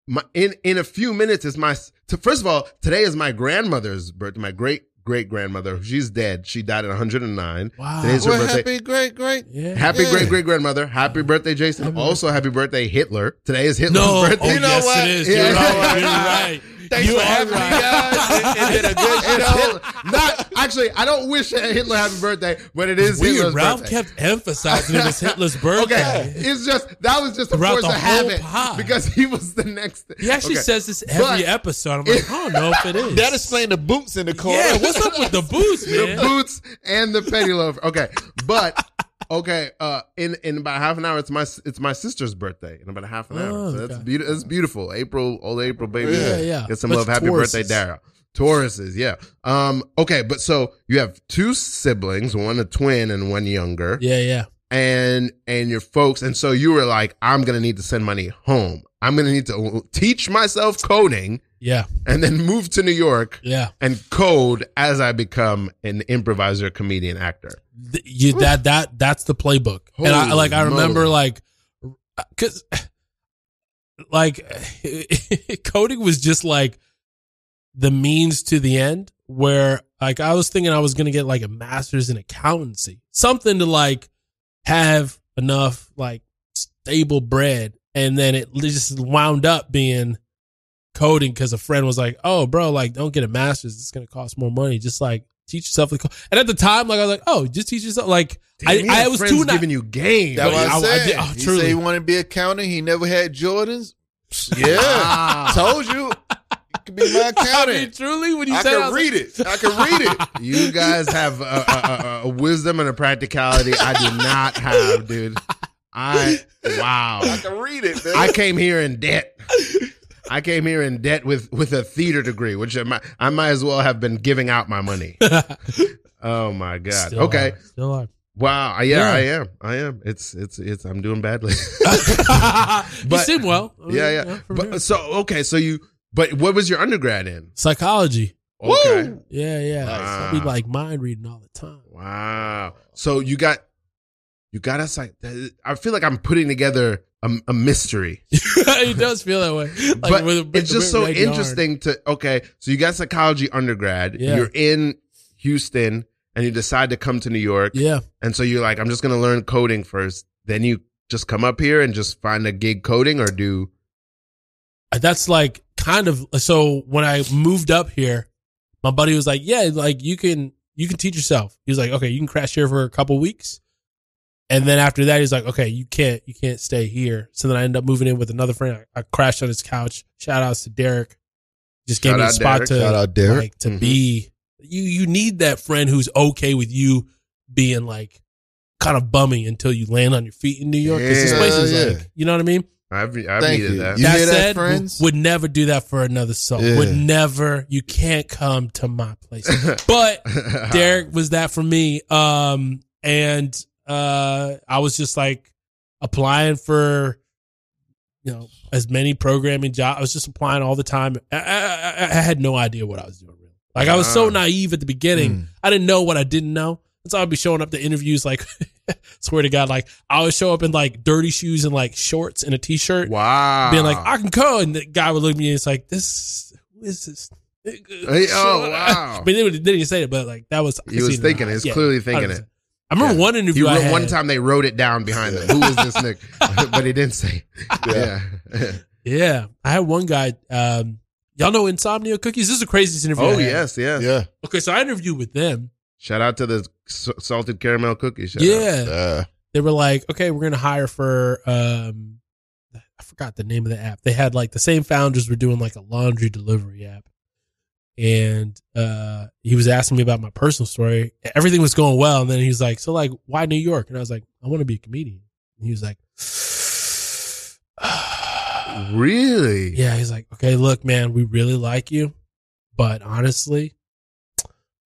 My, in in a few minutes is my. To, first of all, today is my grandmother's birthday. My great great grandmother. She's dead. She died at 109.
Wow.
Today's her
well,
birthday.
happy, great, great.
Yeah.
Happy
Yeah.
great great grandmother. Happy birthday, Jason. also, happy birthday, Hitler. Today is Hitler's
no,
birthday.
oh,
You know
yes,
what?
it is.
Yeah.
You're right.
You
You're
know what? <laughs>
right.
Thanks
you
for
are
having me,
right.
guys. It, it did a
<laughs>
good
It's
show.
Hitler. Not actually. I don't wish Hitler happy birthday, but it is
Weird.
Hitler's
Ralph
birthday.
kept emphasizing it was
<laughs>
Hitler's birthday.
Okay, it's just that was just a
Throughout
force
the
of
whole
habit
pod.
because <laughs> he was the next.
He actually
Okay.
says this every
But-
episode. I'm like, I don't know if it is.
<laughs> That explained the boots in the corner.
yeah. <laughs> What's up with the boots,
the
man?
boots and the
<laughs>
pettiloaf. Okay, but okay. Uh, in in about half an hour, it's my it's my sister's birthday in about half an hour.
Oh,
so that's
okay.
beautiful. That's beautiful. April, old April baby.
Yeah,
yeah.
Get some
Bunch
love.
of
Happy birthday,
Tauruses.
Dara. Tauruses, yeah. Um, okay, but so you have two siblings, one a twin and one younger,
yeah, yeah.
and and your folks, and so you were like, I'm gonna need to send money home. I'm gonna need to teach myself coding
Yeah,
and then move to New York
yeah.
and code as I become an improviser, comedian, actor.
Th- you, that that that's the playbook. and I
Holy
like I remember
moly.
like because <sighs> like <laughs> coding was just like the means to the end. Where like I was thinking I was gonna get like a master's in accountancy, something to like have enough like stable bread, and then it li- just wound up being coding because a friend was like, "Oh, bro, like don't get a master's; it's gonna cost more money. Just like teach yourself." The co-. And at the time, like I was like, "Oh, just teach yourself." Like
Damn,
I, I
your
was
friend's
too not.
giving you game.
That's what
I- I
I said.
did- oh,
he
truly.
said he wanted to be a counter. He never had Jordans. Yeah,
Ah,
told you. You could be my
I mean,
accountant.
truly, when you
I
said, I
can
was like,
read it. I can read
<laughs>
it.
you guys have a, a, a, a wisdom and a practicality I do not have, dude. I
I
wow.
can read it, man.
<laughs>
I came here in debt. I came here in debt with with a theater degree, which I might, I might as well have been giving out my money. Oh my god.
Still
okay.
are, still are.
Wow. Yeah,
Yeah.
I am. I am. It's it's it's. I'm doing badly.
<laughs> you
But-
seem well. I mean,
yeah, yeah.
you know, from here.
But, so okay, so you. But what was your undergrad in?
Psychology. Ah.
Okay.
Yeah, yeah.
Nice.
So we like mind reading all the time.
Wow. So you got, you got us like. I feel like I'm putting together a, a
<laughs>
mystery,
<laughs> it does feel that way. Like,
but
with a- with
it's
a
just so
red yard.
interesting to. Okay, so you got psychology undergrad.
Yeah.
You're in Houston, and you decide to come to New York,
Yeah,
and so you're like, I'm just gonna learn coding first. Then you just come up here and just find a gig coding, or do
that's like kind of. So when I moved up here, my buddy was like, "Yeah, like you can you can teach yourself." He was like, "Okay, you can crash here for a couple weeks." And then after that, he's like, okay, you can't, you can't stay here. So then I ended up moving in with another friend. I, I crashed on his couch. Shout outs to Derek. Just gave
Shout
me a
out
spot
Derek.
to
Shout out Derek.
like to
Mhm.
be you you need that friend who's okay with you being like kind of bummy until you land on your feet in New York. 'Cause this
Yeah,
place is
yeah.
like, you know what I mean?
I've I've
Thank
needed
you.
that. <laughs>
You
that
hear that,
said, w-
friends?
would never do that for another soul.
Yeah.
Would never. You can't come to my place.
<laughs>
But Derek was that for me. Um, and uh, I was just like applying for, you know, as many programming jobs. I was just applying all the time. I, I, I- I had no idea what I was doing. Really, like I was so
Ah.
Mm.
naive at the beginning. I didn't know what I didn't know. And so I'd be showing up to interviews like <laughs> Swear to God, like I would show up in like dirty shoes and like shorts and a t-shirt,
Wow.
being like, "Ah, "I can code," and the guy would look at me and it's like, "This, who is this?" nigga?" <laughs>
Hey, oh, wow.
but they would- they didn't say it, but like that was I
He
could
was
see in their
thinking it.
eyes.
He's clearly thinking
100%.
it.
I remember
Yeah.
one interview
He
I
wrote,
had.
one time they wrote it down behind them. Who is this
<laughs>
nigga? <laughs> but he didn't say. Yeah.
Yeah, I had one guy. Um, y'all know Insomnia Cookies. This is the craziest interview. I
oh
had.
yes, yes.
Yeah.
Okay, so I interviewed with them.
Shout out to the s- salted caramel cookie. Shout out.
yeah,
Uh,
they were like, okay, we're gonna hire for um, I forgot the name of the app. They had like the same founders were doing like a laundry delivery app, and uh, he was asking me about my personal story. Everything was going well, and then he was like, so like, why New York? And I was like, I want to be a comedian. And he was like.
Really?
Yeah, he's like, okay, look, man, we really like you, but honestly,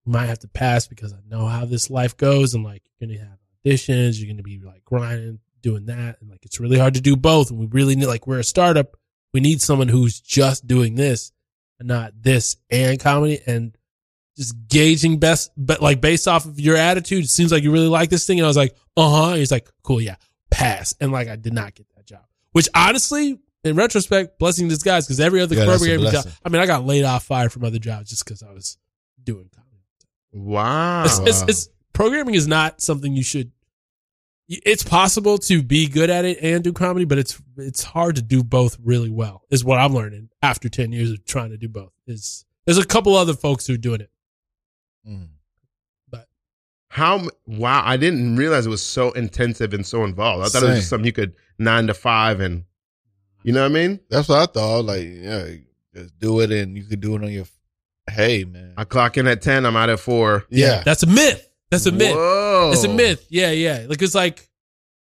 you might have to pass because I know how this life goes, and like you're gonna have auditions, you're gonna be like grinding, doing that, and like it's really hard to do both. And we really need, like, we're a startup, we need someone who's just doing this and not this and comedy, and just gauging best, but like based off of your attitude, it seems like you really like this thing. And I was like, uh huh. He's like, cool, yeah, pass. And like, I did not get that job, which honestly, in retrospect, blessing in disguise because every other
Yeah,
program,
that's a
every job,
blessing.
I mean, I got laid off, fired from other jobs just because I was doing comedy.
Oh, Wow.
<laughs> It's, it's, it's programming is not something you should. It's possible to be good at it and do comedy, but it's it's hard to do both really well. Is what I'm learning after ten years of trying to do both. Is there's a couple other folks who are doing it.
mm.
How? m- Wow! I didn't realize it was so intensive and so involved. I thought it was just
Same.
something you could nine to five and, you know what I mean?
That's what I thought. Like, yeah, just do it and you could do it on your. Hey, man.
I clock in at ten. I'm out at four.
yeah.
That's a myth. That's a myth.
Whoa.
Oh.
It's a myth. Yeah, yeah. Like it's like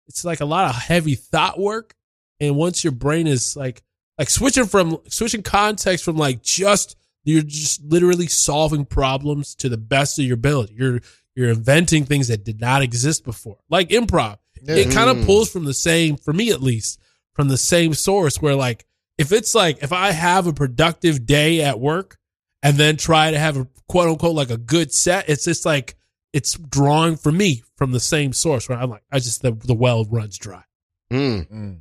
it's like a lot of heavy thought work. And once your brain is like like switching from switching context from like just you're just literally solving problems to the best of your ability. You're you're inventing things that did not exist before. Like improv. It
Yeah.
kind of
Mm.
pulls from the same for me at least, from the same source where like if it's like if I have a productive day at work and then try to have a quote unquote like a good set, it's just like it's drawing for me from the same source where I'm like, I just the, the well runs dry.
Mm.
Mm.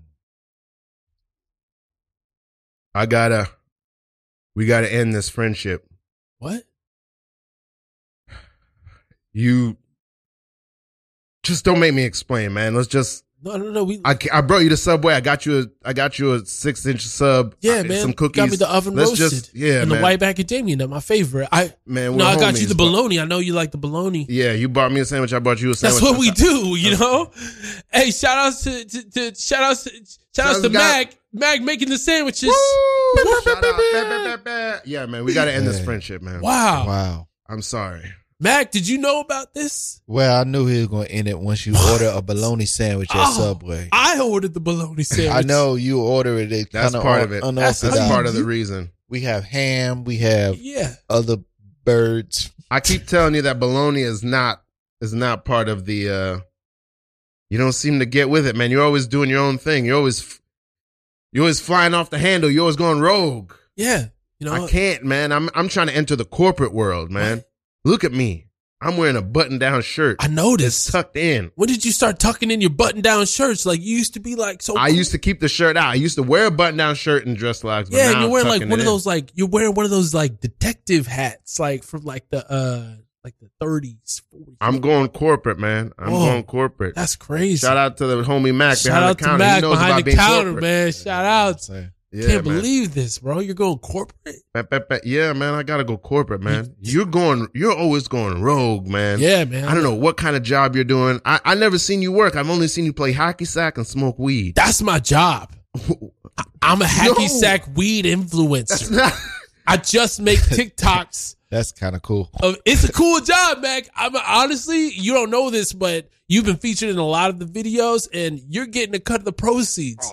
I gotta. We gotta end this friendship.
What?
You. Just don't make me explain, man. Let's just.
No, no, no. We
I, ca- I brought you to Subway. I got you. A, I got you a six inch sub.
yeah,
I-
man.
Some cookies.
Got me the oven
Let's
roasted.
just. Yeah,
and
man.
the white macadamia nut, my favorite. I
man.
no,
we're
I got you
homies,
the
but-
bologna. I know you like the bologna.
Yeah, you bought me a sandwich. I bought you a sandwich.
That's what we do, you know. Hey, shout outs to, to, to shout outs to shout outs
Sounds
to
got-
Mag Mag making the sandwiches.
Woo! Shout out. Bah, bah, bah, bah. <laughs> Yeah, man, we got to end this
Yeah.
friendship, man.
Wow.
Wow.
I'm sorry.
Mac, did you know about this?
Well, I knew he was going to end it once you order a bologna sandwich at
Oh,
Subway.
I ordered
<laughs>
the bologna sandwich.
I know you order it. It's
That's
kinda
part
un-
of it.
unorthodox.
That's
Yeah.
part of the reason.
We have ham. We have
Yeah.
other birds.
I keep telling you that bologna is not is not part of the. uh You don't seem to get with it, man. You're always doing your own thing. You're always f- you're always flying off the handle. You're always going rogue.
Yeah. You know.
I can't, man. I'm I'm trying to enter the corporate world, man. Look at me. I'm wearing a button down shirt.
I noticed.
tucked in.
When did you start tucking in your button down shirts? Like you used to be like so.
I used to keep the shirt out. I used to wear a button-down shirt and dress slacks. but
Yeah,
now
and you're
I'm
wearing like
tucking
one
it
of
in.
those like you're wearing one of those like detective hats, like from like the uh like the 30s. 40s.
I'm going corporate, man. I'm
Whoa.
going corporate.
Oh, That's crazy.
Shout out to the homie Mac
Shout
behind
out
the
to
counter. he
Mac
knows about
behind the
being
counter,
corporate.
man. Shout out.
Yeah,
Can't
man.
believe this, bro. You're going corporate.
Ba- ba- ba- Yeah, man. I gotta go corporate, man. You're going. You're always going rogue, man.
yeah, man.
I don't know what kind of job you're doing. I I never seen you work. I've only seen you play hockey sack and smoke weed.
That's my job. I'm a hacky sack weed
That's
influencer.
not. <laughs>
I just make TikToks.
That's kind of cool.
of it's a cool job, Mac. I'm honestly, you don't know this, but you've been featured in a lot of the videos, and you're getting a cut of the proceeds.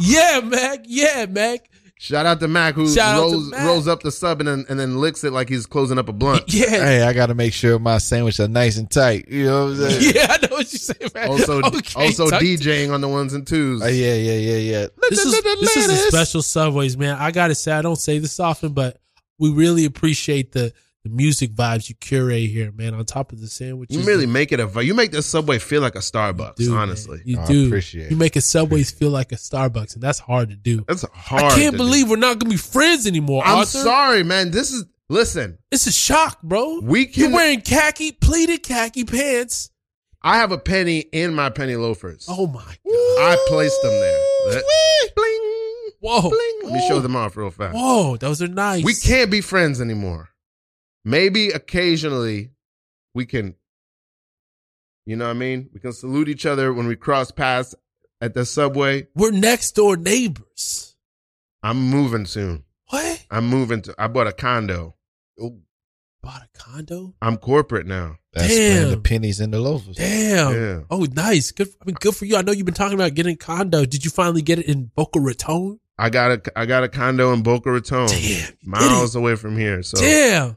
Yeah, Mac. Yeah, Mac.
Shout out to Mac who
Shout out to
rolls
Mac.
rolls up the sub and then, and then licks it like he's closing up a blunt.
<laughs> Yeah.
Hey, I got to make sure my sandwiches are nice and tight. You know what I'm saying?
Yeah, I know what you say, man.
Also,
<laughs> Okay,
also
Tuck-
DJing on the ones and twos.
Oh, yeah, yeah, yeah, yeah.
Uh, This is this is the special Subways, man. I gotta say, I don't say this often, but we really appreciate the the music vibes you curate here, man. On top of the sandwiches,
You really make it a. vi- You make this subway feel like a
you
Starbucks.
do, man.
honestly,
you
I
do.
appreciate
You
it.
making subways feel like a Starbucks, and that's hard to do.
that's hard.
I can't
to do.
believe we're not gonna be friends anymore,
I'm
Arthur.
sorry, man. This is listen.
It's a shock, bro.
We
You're
can.
wearing khaki, pleated khaki pants.
I have a penny in my penny loafers.
Oh my!
I placed them there. That- bling,
Whoa!
bling. Let me show them off real fast.
Whoa! Those are nice.
We can't be friends anymore. Maybe occasionally we can, you know what I mean? We can salute each other when we cross paths at the subway.
We're next door neighbors.
I'm moving soon.
What?
I'm moving to, I bought a condo.
Bought a condo?
I'm corporate now.
That's where the
Damn.
pennies and the loafers.
Damn.
Yeah.
Oh, nice. Good. I mean, good for you. I know you've been talking about getting a condo. Did you finally get it in Boca Raton?
I got a, I got a condo in Boca Raton,
Damn. you did it.
miles away from here. Oh, So
Damn.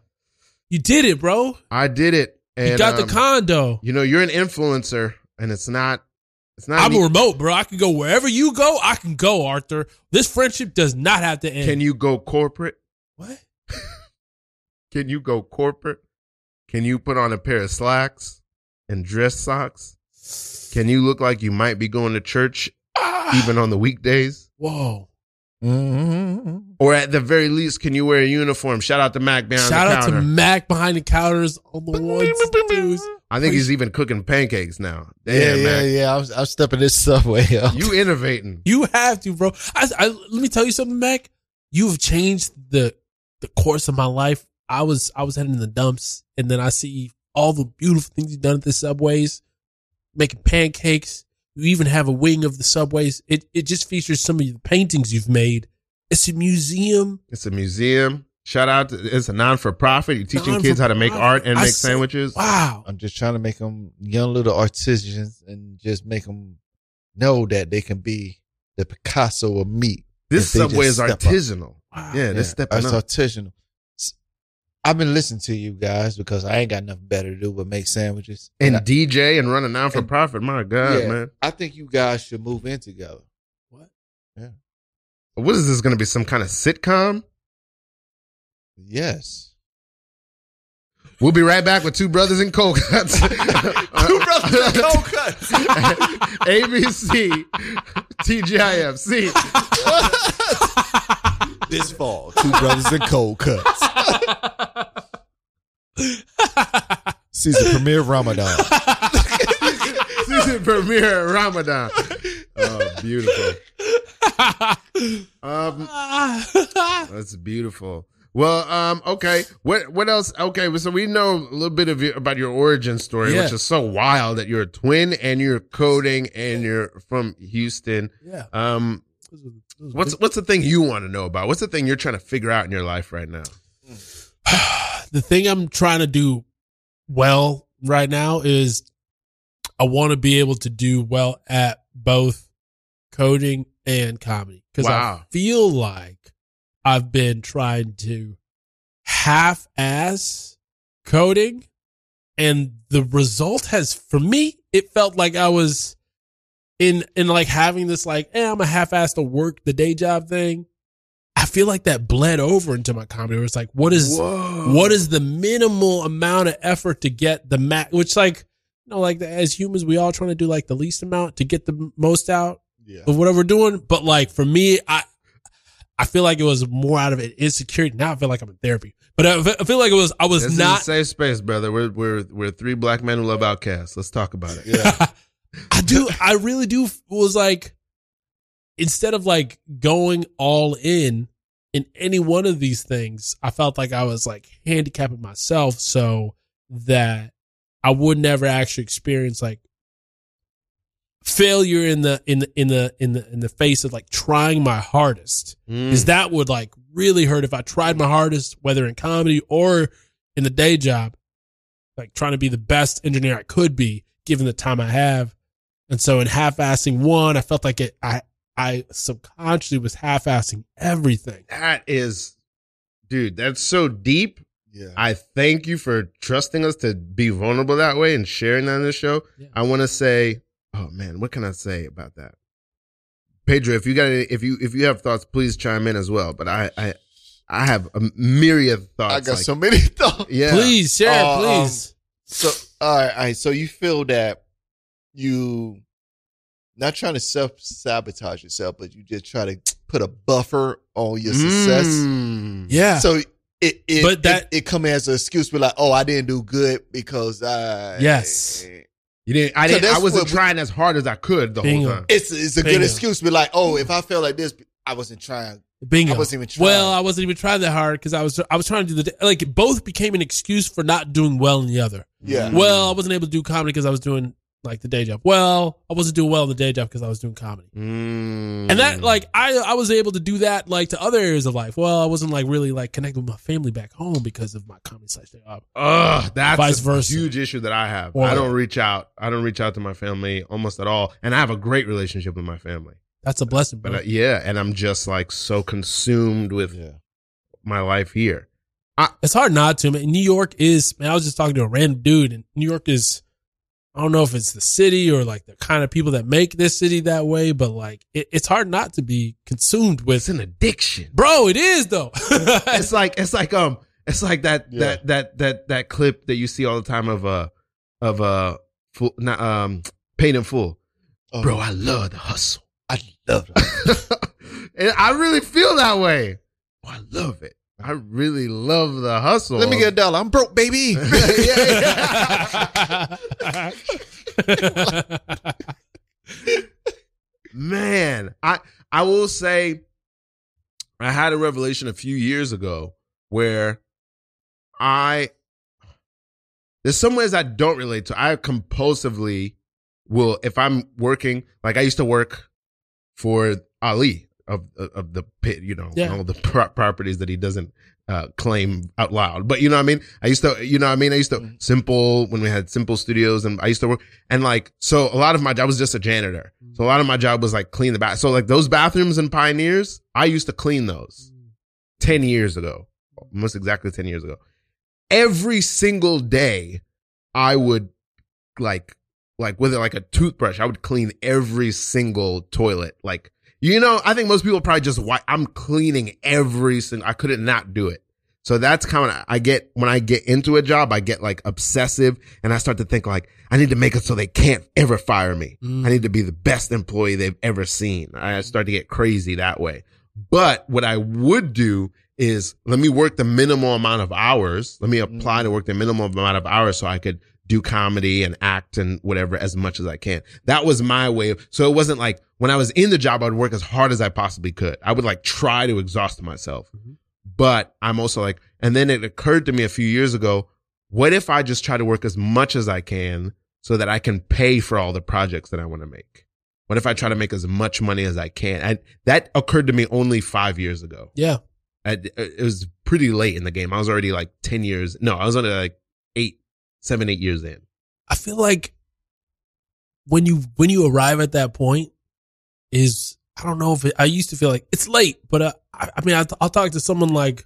You did it, bro.
I did it. And,
you got the
um,
condo.
You know, you're an influencer and it's not, it's not,
I'm
neat.
a remote, bro. I can go wherever you go. I can go, Arthur. This friendship does not have to end.
can you go corporate?
What?
Can you go corporate? Can you put on a pair of slacks and dress socks? Can you look like you might be going to church
Ah.
even on the weekdays?
Whoa.
Mm-hmm.
Or at the very least, can you wear a uniform? Shout out to Mac behind
Shout
the
out
counter.
to Mac behind the counters on
<laughs>
the ones and twos.
I think he's even cooking pancakes now.
Yeah,
Damn,
yeah,
Mac.
yeah. I'm, I'm stepping this <laughs> subway up.
You innovating.
You have to, bro. I, I, let me tell you something, Mac. You've changed the the course of my life. I was I was heading in the dumps, and then I see all the beautiful things you've done at the subways, making pancakes. You even have a wing of the subways. It it just features some of the paintings you've made. It's a museum.
It's a museum. Shout out to it's a non for profit. You're teaching kids how to make art and
I
make
said-
sandwiches.
Wow.
I'm just trying to make them young little artisans and just make them know that they can be the Picasso of meat.
This
If they
subway is
just step up.
artisanal.
Wow.
Yeah, they're stepping
it's
up.
artisanal. S- I've been listening to you guys because I ain't got nothing better to do but make sandwiches.
And
I,
DJ and run a non for profit. My God,
Yeah.
man.
I think you guys should move in together.
What is this going to be? Some kind of sitcom?
Yes.
We'll be right back with two brothers in cold
<laughs>
cuts. two brothers in cold <laughs> cuts. ABC, TGIFC.
<laughs> This fall, two brothers in cold cuts.
<laughs>
Season premiere of Ramadan.
Season premiere at Ramadan. Oh, beautiful.
<laughs>
Um, that's beautiful. Well, um, okay. What what else? Okay, so we know a little bit of your, about your origin story,
Yeah.
which is so wild that you're a twin and you're coding and you're from Houston.
yeah.
Um, What's what's the thing you want to know about? What's the thing you're trying to figure out in your life right now?
<sighs> the thing I'm trying to do well right now is I want to be able to do well at both coding and comedy because
Wow.
I feel like I've been trying to half ass coding and the result has for me it felt like I was in in like having this like eh, I'm a half ass to work the day job thing I feel like that bled over into my comedy where it's like what is
Whoa.
what is the minimal amount of effort to get the max which like you know like as humans we all trying to do like the least amount to get the most out
Yeah.
of whatever we're doing but like for me i i feel like it was more out of an insecurity now i feel like i'm in therapy but i, fe- I feel like it was i was
This is
not
a safe space, brother. We're we're we're three black men who love outcasts. Let's talk about it.
Yeah.
<laughs> I do. I really do. Was like, instead of like going all in in any one of these things, I felt like I was like handicapping myself so that I would never actually experience like failure in the in the in the in the in the face of like trying my hardest
Mm.
because that would like really hurt if I tried my hardest, whether in comedy or in the day job, like trying to be the best engineer I could be given the time I have. And so in half-assing one, I felt like it, I, I subconsciously was half-assing everything.
That is, dude. That's so deep.
Yeah.
I thank you for trusting us to be vulnerable that way and sharing that on the show.
Yeah.
I want to say, oh man, what can I say about that? Pedro, if you got any, if you if you have thoughts, please chime in as well. But I I I have a myriad thoughts.
I got
like-
so many <laughs> thoughts.
Yeah.
Please share,
Uh,
please.
So all right, all right, so you feel that you not trying to self sabotage yourself, but you just try to put a buffer on your success.
Mm.
yeah.
So it, it
But that-
it, it come as an excuse, be like, oh, I didn't do good because I
Yes.
You didn't. I
So
didn't. I
that's
wasn't
what we-
trying as hard as I could the
Bingo.
whole time.
It's it's a
Bingo.
good excuse, be like, oh, if I felt like this, I wasn't trying.
Bingo.
I wasn't even trying.
well, I wasn't even trying that hard because I was I was trying to do the like both became an excuse for not doing well in the other.
yeah.
Well, I wasn't able to do comedy because I was doing like the day job. Well, I wasn't doing well in the day job because I was doing comedy.
Mm.
And that like I I was able to do that like to other areas of life. Well, I wasn't like really like connected with my family back home because of my comedy slash day job.
Ugh, that's
Vice
a
versa.
huge issue that I have.
Or-
I don't reach out. I don't reach out to my family almost at all, and I have a great relationship with my family.
That's a blessing,
But
bro.
uh, yeah, and I'm just like so consumed with my life here.
it's hard not to. Man. New York is man. I was just talking to a random dude, and New York is. I don't know if it's the city or like the kind of people that make this city that way, but like it, it's hard not to be consumed
It's <laughs>
with.
an addiction.
Bro, it is though. <laughs>
It's <laughs> like it's like um it's like that
Yeah.
that that that that clip that you see all the time of uh of uh full, not, um pain and full.
Oh,
Bro, I love the hustle. <laughs>
I love that.
and I really feel that way. Oh, I love it. I really love the hustle.
Let me get a dollar. I'm broke, baby.
<laughs>
<laughs>
man i i will say i had a revelation a few years ago where i there's some ways i don't relate to i compulsively will if i'm working like i used to work for ali of of the pit you know
Yeah.
all the pro- properties that he doesn't uh, claim out loud but you know what i mean i used to you know what i mean i used to
Mhm.
simple when we had simple studios and i used to work and like, so a lot of my job I was just a janitor. So a lot of my job was like clean the bath. So like those bathrooms in Pioneers, I used to clean those 10 years ago, almost exactly 10 years ago. Every single day I would like, like with like a toothbrush, I would clean every single toilet. Like, you know, I think most people probably just, wi- I'm cleaning every single, I couldn't not do it. So that's kind of I get when I get into a job, I get like obsessive and I start to think like I need to make it so they can't ever fire me.
Mm.
I need to be the best employee they've ever seen. I start to get crazy that way. But what I would do is let me work the minimal amount of hours. Let me apply to work the minimal amount of hours so I could do comedy and act and whatever as much as I can. That was my way. Of, so it wasn't like when I was in the job, I would work as hard as I possibly could. I would like try to exhaust myself but I'm also like, and then it occurred to me a few years ago, what if I just try to work as much as I can so that I can pay for all the projects that I want to make? What if I try to make as much money as I can? And that occurred to me only five years ago.
yeah.
I, it was pretty late in the game. I was already like 10 years. No, I was only like eight, seven, eight years in.
I feel like when you when you arrive at that point is I don't know if it, I used to feel like it's late, but uh, I, I mean I, I'll talk to someone like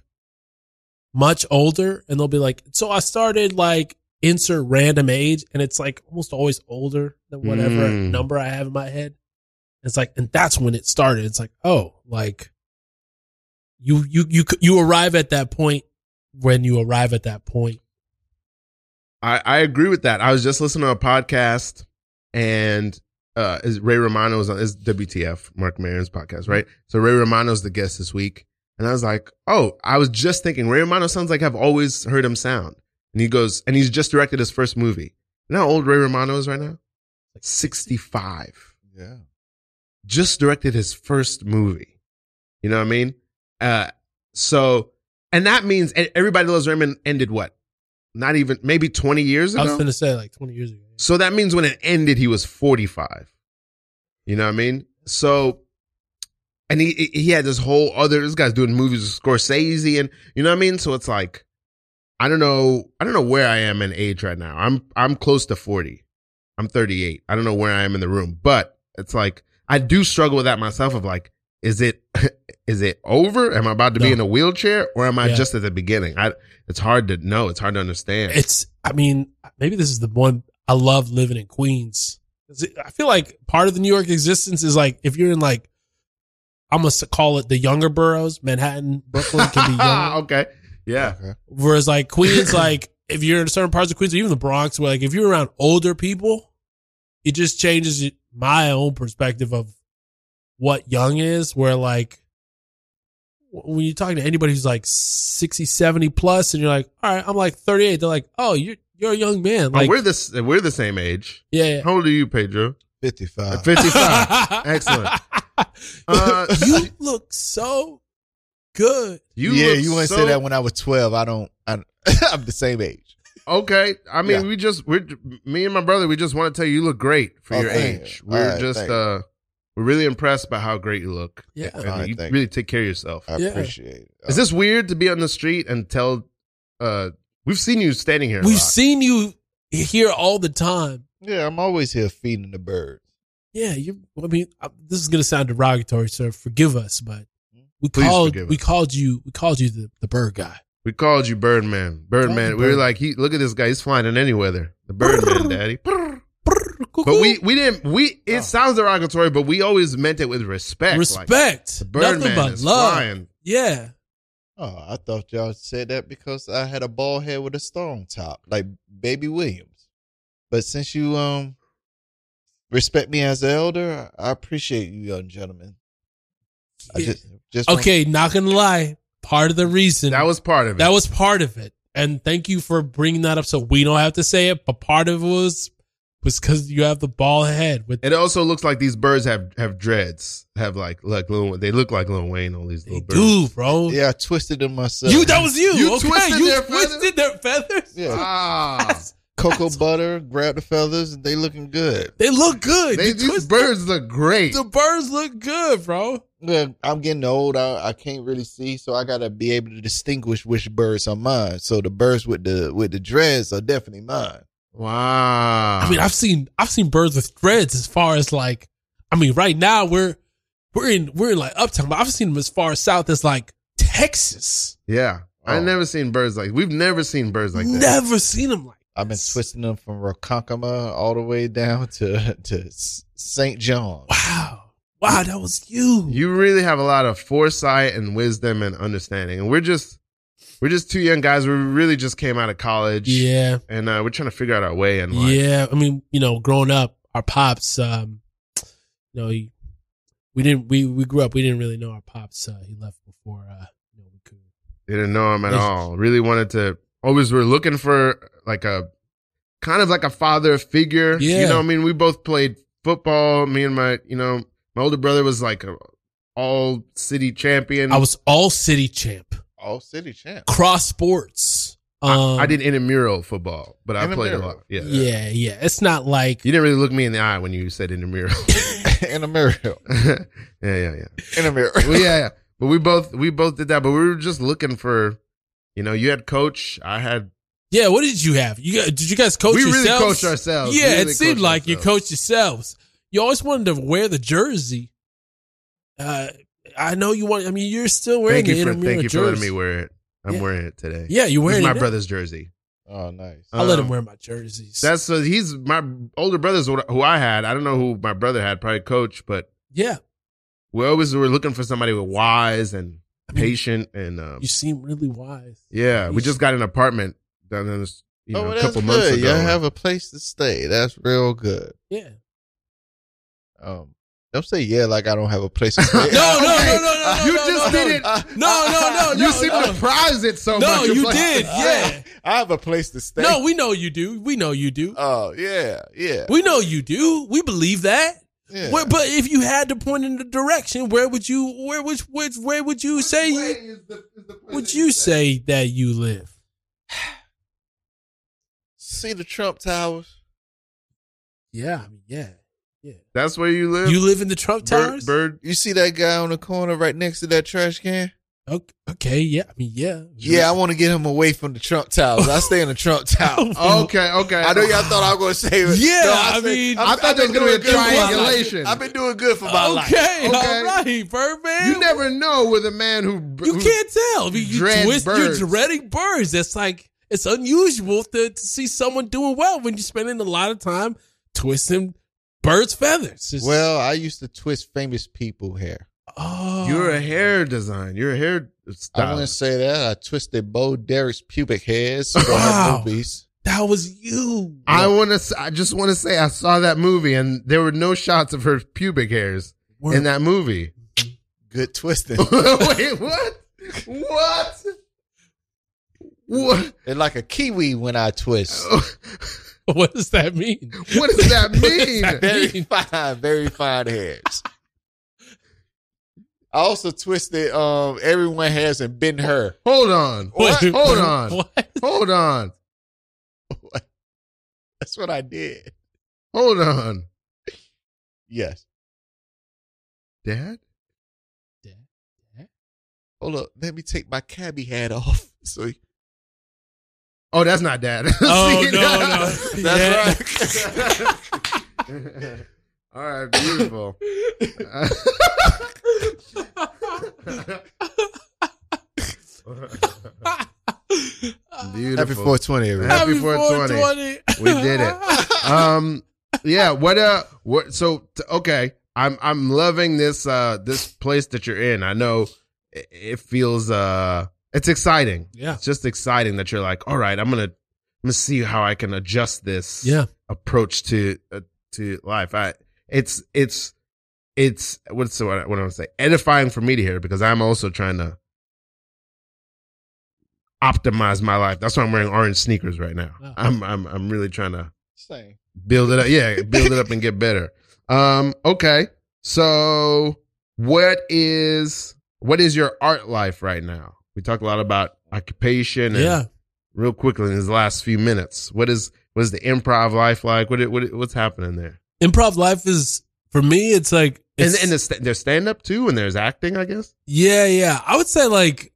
much older and they'll be like, so I started like insert random age, and it's like almost always older than whatever
Mm.
number I have in my head. It's like, and that's when it started. It's like, oh, like you you you c- you arrive at that point when you arrive at that point.
I, I agree with that. I was just listening to a podcast and uh is Ray Romano was on is WTF, Mark Maron's podcast, right? So Ray Romano's the guest this week. And I was like, oh, I was just thinking, Ray Romano sounds like I've always heard him sound. And he goes, and he's just directed his first movie. You know how old Ray Romano is right now? Like 65.
yeah.
Just directed his first movie. You know what I mean? Uh so and that means and everybody loves Raymond ended what? Not even maybe 20 years ago.
I was gonna say like twenty years ago.
So that means when it ended, he was 45. You know what I mean? So, and he he had this whole other this guy's doing movies with Scorsese, and you know what I mean. So it's like, I don't know, I don't know where I am in age right now. I'm I'm close to 40. I'm 38. I don't know where I am in the room, but it's like I do struggle with that myself. Of like, is it <laughs> is it over? Am I about to be
No.
in a wheelchair, or am I
Yeah.
just at the beginning? I it's hard to know. It's hard to understand.
It's, I mean, maybe this is the one I love living in Queens. 'Cause it- I feel like part of the New York existence is like if you're in like I'm gonna s- call it the younger boroughs. Manhattan, Brooklyn
<laughs>
can be younger.
okay. Yeah.
Whereas
<coughs>
like Queens, like if you're in certain parts of Queens or even the Bronx, where like if you're around older people, it just changes y- my own perspective of what young is. Where like w- when you're talking to anybody who's like 60, 70 plus, and you're like, all right, I'm like 38. They're like, oh, you're you're a young man.
Oh,
Like,
we're this. We're the same age.
yeah.
How old are you, Pedro?
55. <laughs>
Fifty-five.
yeah.
Excellent. uh,
<laughs> you look so good.
you
yeah,
look
you wouldn't
so,
say that when I was 12. I don't, I, <laughs> don't- I'm the same age.
Okay, I mean,
Yeah.
we just we me and my brother, we just want to tell you you look great for
Oh,
your
thank you.
age.
All
We're
right,
just
thank you.
uh, we're really impressed by how great you look.
Yeah.
and
All right,
you
thank Uh,
really take care of yourself.
I
Yeah.
appreciate it. Uh,
Is this weird to be on the street and tell? Uh, we've seen you standing here. a
We've
lot.
seen you here all the time.
Yeah, I'm always here feeding the birds.
Yeah, you. I mean, I, this is gonna sound derogatory, so forgive us, but we
Hmm? Please
called
forgive
we
us.
called you we called you the, the bird guy.
we called you Birdman. Birdman.
you
We were
Bird.
like, he look at this guy. He's flying in any weather. The
<laughs>
Birdman, Daddy. But we we didn't. We it sounds derogatory, but we always meant it with respect.
Oh. respect,
Like,
nothing
Birdman
but
is
love.
flying.
Yeah,
Oh, I thought y'all said that because I had a bald head with a stone top, like Baby Williams. But since you um respect me as an elder, I I appreciate you, young gentleman. I
Yeah.
just, just want-
okay, not gonna lie. Part of the reason
That was part of it.
that was part of it, and thank you for bringing that up, so we don't have to say it. But part of it was was because you have the bald head with
It also looks like these birds have have dreads. Have like like Lil, they look like Lil Wayne. All these
they
little
do,
birds.
bro.
Yeah, I twisted them myself.
You that was you.
You
okay,
twisted
you
their feathers?
twisted their feathers.
<laughs>
<laughs>
yeah,
Ah,
cocoa butter, grab the feathers, and they looking good.
They look good.
they,
You
these
twisted-
birds look great.
the birds look good, bro.
Yeah, I'm getting old. I, I can't really see, so I gotta be able to distinguish which birds are mine. So the birds with the with the dreads are definitely mine.
Wow.
I mean, I've seen I've seen birds with dreads as far as like I mean, right now we're we're in we're in like uptown, but I've seen them as far south as like Texas.
yeah, I
Oh.
never seen birds like. We've never seen birds like that.
Never seen them like
I've been twisting them from Ronkonkoma all the way down to <laughs> to S- St. John.
wow. Wow, that was you.
You really have a lot of foresight and wisdom and understanding, and we're just we're just two young guys. We really just came out of college,
yeah.
and uh, we're trying to figure out our way in life.
Yeah. I mean, you know, growing up, our pops, um you know, he, we didn't we we grew up, we didn't really know our pops. Uh, he left before uh you know, we could
They didn't know him at
Yes.
all. Really wanted to always were looking for like a kind of like a father figure. You
Yeah.
know, what I mean, we both played football. Me and my, you know, my older brother was like a all city champion.
I was all city champ.
All city champ.
Cross sports.
I, I did intramural football, but I played a
Intramural.
lot. Yeah.
um, yeah, yeah. It's not like
You didn't really look me in the eye when you said
<laughs>
intramural.
<laughs> in America.
yeah, <laughs> yeah, yeah.
In America.
Well, yeah, yeah. But we both we both did that. But we were just looking for, you know, you had coach. I had.
Yeah, what did you have? You got- did you guys coach
we really
yourselves?
coached ourselves.
Yeah,
We
it
really
seemed
coached
like you
ourselves.
coached yourselves. You always wanted to wear the jersey. Uh, I know you want. I mean, you're still wearing
Thank you
the
for
intramural
thank you for letting
jersey.
me wear it. I'm
Yeah.
wearing it today.
Yeah, you're
This
wearing
is my
it.
brother's jersey.
Oh, nice.
I let him
Um,
wear my jerseys.
That's so he's my older brother's what- who I had. I don't know who my brother had, probably coach, but
yeah.
we always were looking for somebody with wise and
I mean,
patient and um,
you seem really wise.
yeah. We
you-
just got an apartment down in this, you know,
oh,
a
that's
couple months
good.
ago.
Y'all have a place to stay. That's real good.
Yeah.
Um, don't say yeah like I don't have a place to stay.
<laughs> No,
<laughs>
no,
Okay.
no, no, no, no.
You
no,
just
no.
did it.
<laughs> No, Oh, no, no,
you
no,
seem
no.
to prize it so
No,
much. It's
you
like-
did. Yeah.
<laughs> I have a place to stay.
No, we know you do. We know you
Uh,
do.
Oh, yeah, yeah.
We know you do. We believe that.
yeah.
Where, but if you had to point in the direction, where would you? Where which which where would you say? You, would you say that you live?
See the Trump Towers?
Yeah, I mean, yeah.
That's where you live.
You live in the Trump Towers.
bird, bird.
You see that guy on the corner right next to that trash can?
Okay, okay, yeah. I mean, yeah.
Yeah, I want to get him away from the Trump Towers. I stay in the
<laughs>
Trump Towers.
Okay, okay.
<laughs> I know y'all thought I was going to say it.
Oh Yeah, I
said-
mean-
I thought there was gonna be a
doing good for my life.
triangulation.
I've been doing good for my life.
Okay,
Okay.
all right, Birdman.
You never know with a man who
You
who-
can't tell. I mean, you
Dread
twist.
birds.
You're dreading birds. That's like it's unusual to, to see someone doing well when you're spending a lot of time twisting birds' feathers. It's-
Well, I used to twist famous people hair.
Oh,
You're a hair design. You're a hair
I wouldn't
stylist.
say that. I twisted Bo Derek's pubic hairs from her
Wow.
movies.
That was you.
I want to. I just want to say I saw that movie and there were no shots of her pubic hairs
Word.
in that movie.
Good <laughs>
<laughs>
twisting.
Wait, what? What? What? <laughs>
it's like a kiwi when I twist.
<laughs> What does that mean?
<laughs> What does that mean?
<laughs> very fine, very fine hairs. I also twisted um everyone has and been her.
Hold on.
What?
Wait,
Hold on.
<laughs> What?
Hold on.
That's what I did.
Hold on.
Yes.
Dad?
Hold up. Let me take my cabbie hat off. <laughs> So
Oh, that's not dad. <laughs>
Oh
See,
no, no.
that-
that's right.
<laughs> All right, beautiful.
<laughs>
<laughs>
Happy
beautiful.
420, everyone.
Happy 420. We did
it.
Um, yeah. What? Uh. What? So t- okay. I'm I'm loving this uh this place that you're in. I know it, it feels uh it's exciting.
Yeah.
It's just exciting that you're like, all right, I'm gonna I'm gonna see how I can adjust this
Yeah.
approach to uh, to life. I it's it's it's what's the word I- what I want to say edifying for me to hear because I'm also trying to optimize my life. That's why I'm wearing orange sneakers right now.
Wow.
I'm I'm I'm really trying to
Same.
build it up. Yeah, build it up and get better. Um okay. So what is what is your art life right now? We talked a lot about occupation and
Yeah.
real quickly in these last few minutes. What is what is the improv life like? What it- what it- what's happening there?
Improv life is for me. It's like
And
it's,
and there's, st- there's stand up too, and there's acting, I guess.
Yeah, yeah. I would say like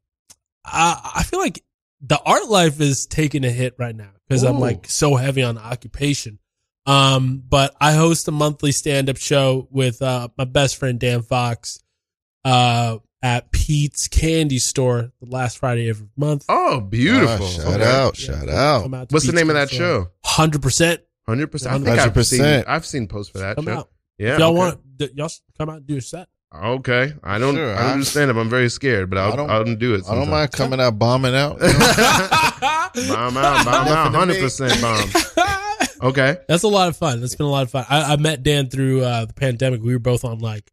I I feel like the art life is taking a hit right now because I'm
Ooh.
like so heavy on occupation. Um, but I host a monthly stand up show with uh my best friend Dan Fox uh at Pete's Candy Store the last Friday every month.
Oh, beautiful!
Oh, shout
Okay.
out,
Yeah,
shout
come-
out.
come out to
Oh, What's the
Pete's
name of that
Candy Store.
show?
100%
Hundred percent. I think I've
100%.
seen I've seen posts for that
come
show.
out.
Yeah,
y'all
okay.
want th- y'all should come out and do
<laughs>
a set. <laughs>
Okay, I don't
Sure,
I don't
I-
understand him. I'm very scared, but I'll
I
I
don't-
will i will do it. <laughs>
I don't
sometime.
mind coming out bombing <laughs> out.
bomb out, bomb out, hundred percent bomb. Okay,
That's a lot of fun. That's been a lot of fun. I, I met Dan through uh, the pandemic. We were both on like,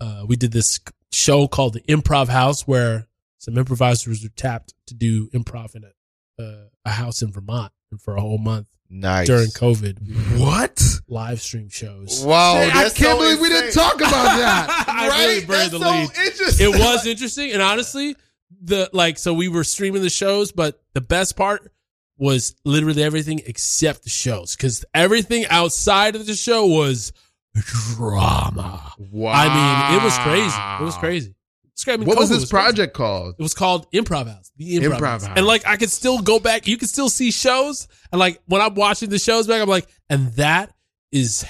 uh, we did this show called the Improv House where some improvisers were tapped to do improv in a, uh, a house in Vermont for a whole month
nice.
during COVID.
what?
Live stream shows.
Wow,
Shit, I can't
that's so
believe we didn't
insane.
talk about that.
I really buried
That's
the
so
lead.
interesting.
It was interesting, and honestly, the like so we were streaming the shows, but the best part was literally everything except the shows because everything outside of the show was drama.
Wow.
I mean, it was crazy. It was crazy. It's crazy. I mean,
What was
COVID
this
crazy.
project called?
It was called Improv House. The Improv,
Improv
House.
House.
And like I could still go back. You could still see shows. And like when I'm watching the shows back, I'm like, and that is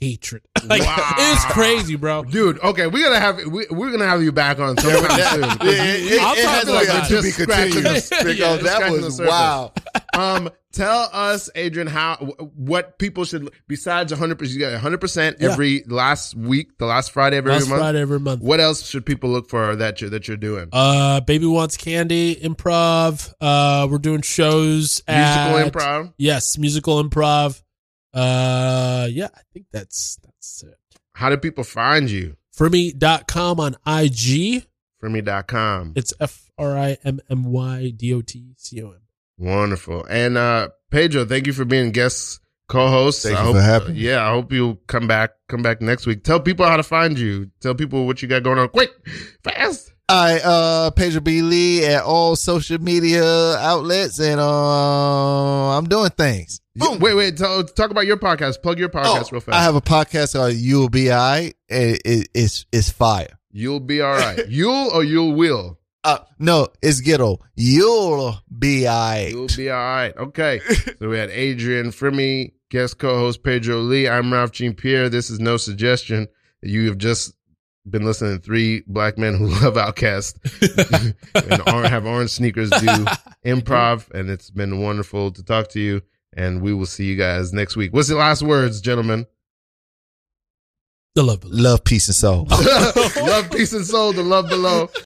hatred. <laughs> like
Wow.
it's crazy, bro.
Dude, okay, we gotta have we, we're gonna have you back on sometime <laughs> soon.
<laughs> <laughs> Yeah,
'cause
it-
you-
it-
I'll
it
talk
has
to you
like
about
a
it.
to be
Just scratching
continued.
the-
Because
yeah, just
that
scratching the
was
surface.
wow.
um, tell us, Adrian, how wh- what people should besides 100 percent. You got 100 percent
Yeah.
every last week, the last Friday of every
Last
month.
Friday every month.
What else should people look for that you that you're doing?
Uh, Baby Wants Candy improv. Uh, we're doing shows
Musical
at-
improv.
Yes, musical improv. Uh, yeah, I think that's that's it.
How do people find you?
Fermi.com on IG.
Fermi.com.
It's F R I M M Y D O T C O M.
Wonderful. And uh Pedro, thank you for being guest co-host.
Thank
I
you
hope,
for having me.
Yeah, I hope you come back. Come back next week. Tell people how to find you. Tell people what you got going on. Quick, fast.
I uh Pedro B Lee at all social media outlets and uh I'm doing things.
You- wait, wait. Tell, talk about your podcast. Plug your podcast real fast.
Oh, I have a podcast called You'll Be I. It, it, it's it's fire.
you'll be all
<laughs>
right. you'll or you'll will.
Uh no, it's ghetto. You'll be I.
You'll be all right.
<laughs>
Okay. so we had Adrian Frimmy, guest co-host Pedro Lee. I'm Ralph Jean Pierre. This is no suggestion. You have just been listening to three black men who <laughs> love Outcast <laughs> and
<laughs>
orange, have orange sneakers do improv, and it's been wonderful to talk to <laughs>
<laughs>
you. And we will see you guys next week. What's the last words, gentlemen?
<laughs> The love below.
Love, peace, and soul.
love, peace, and soul to love below.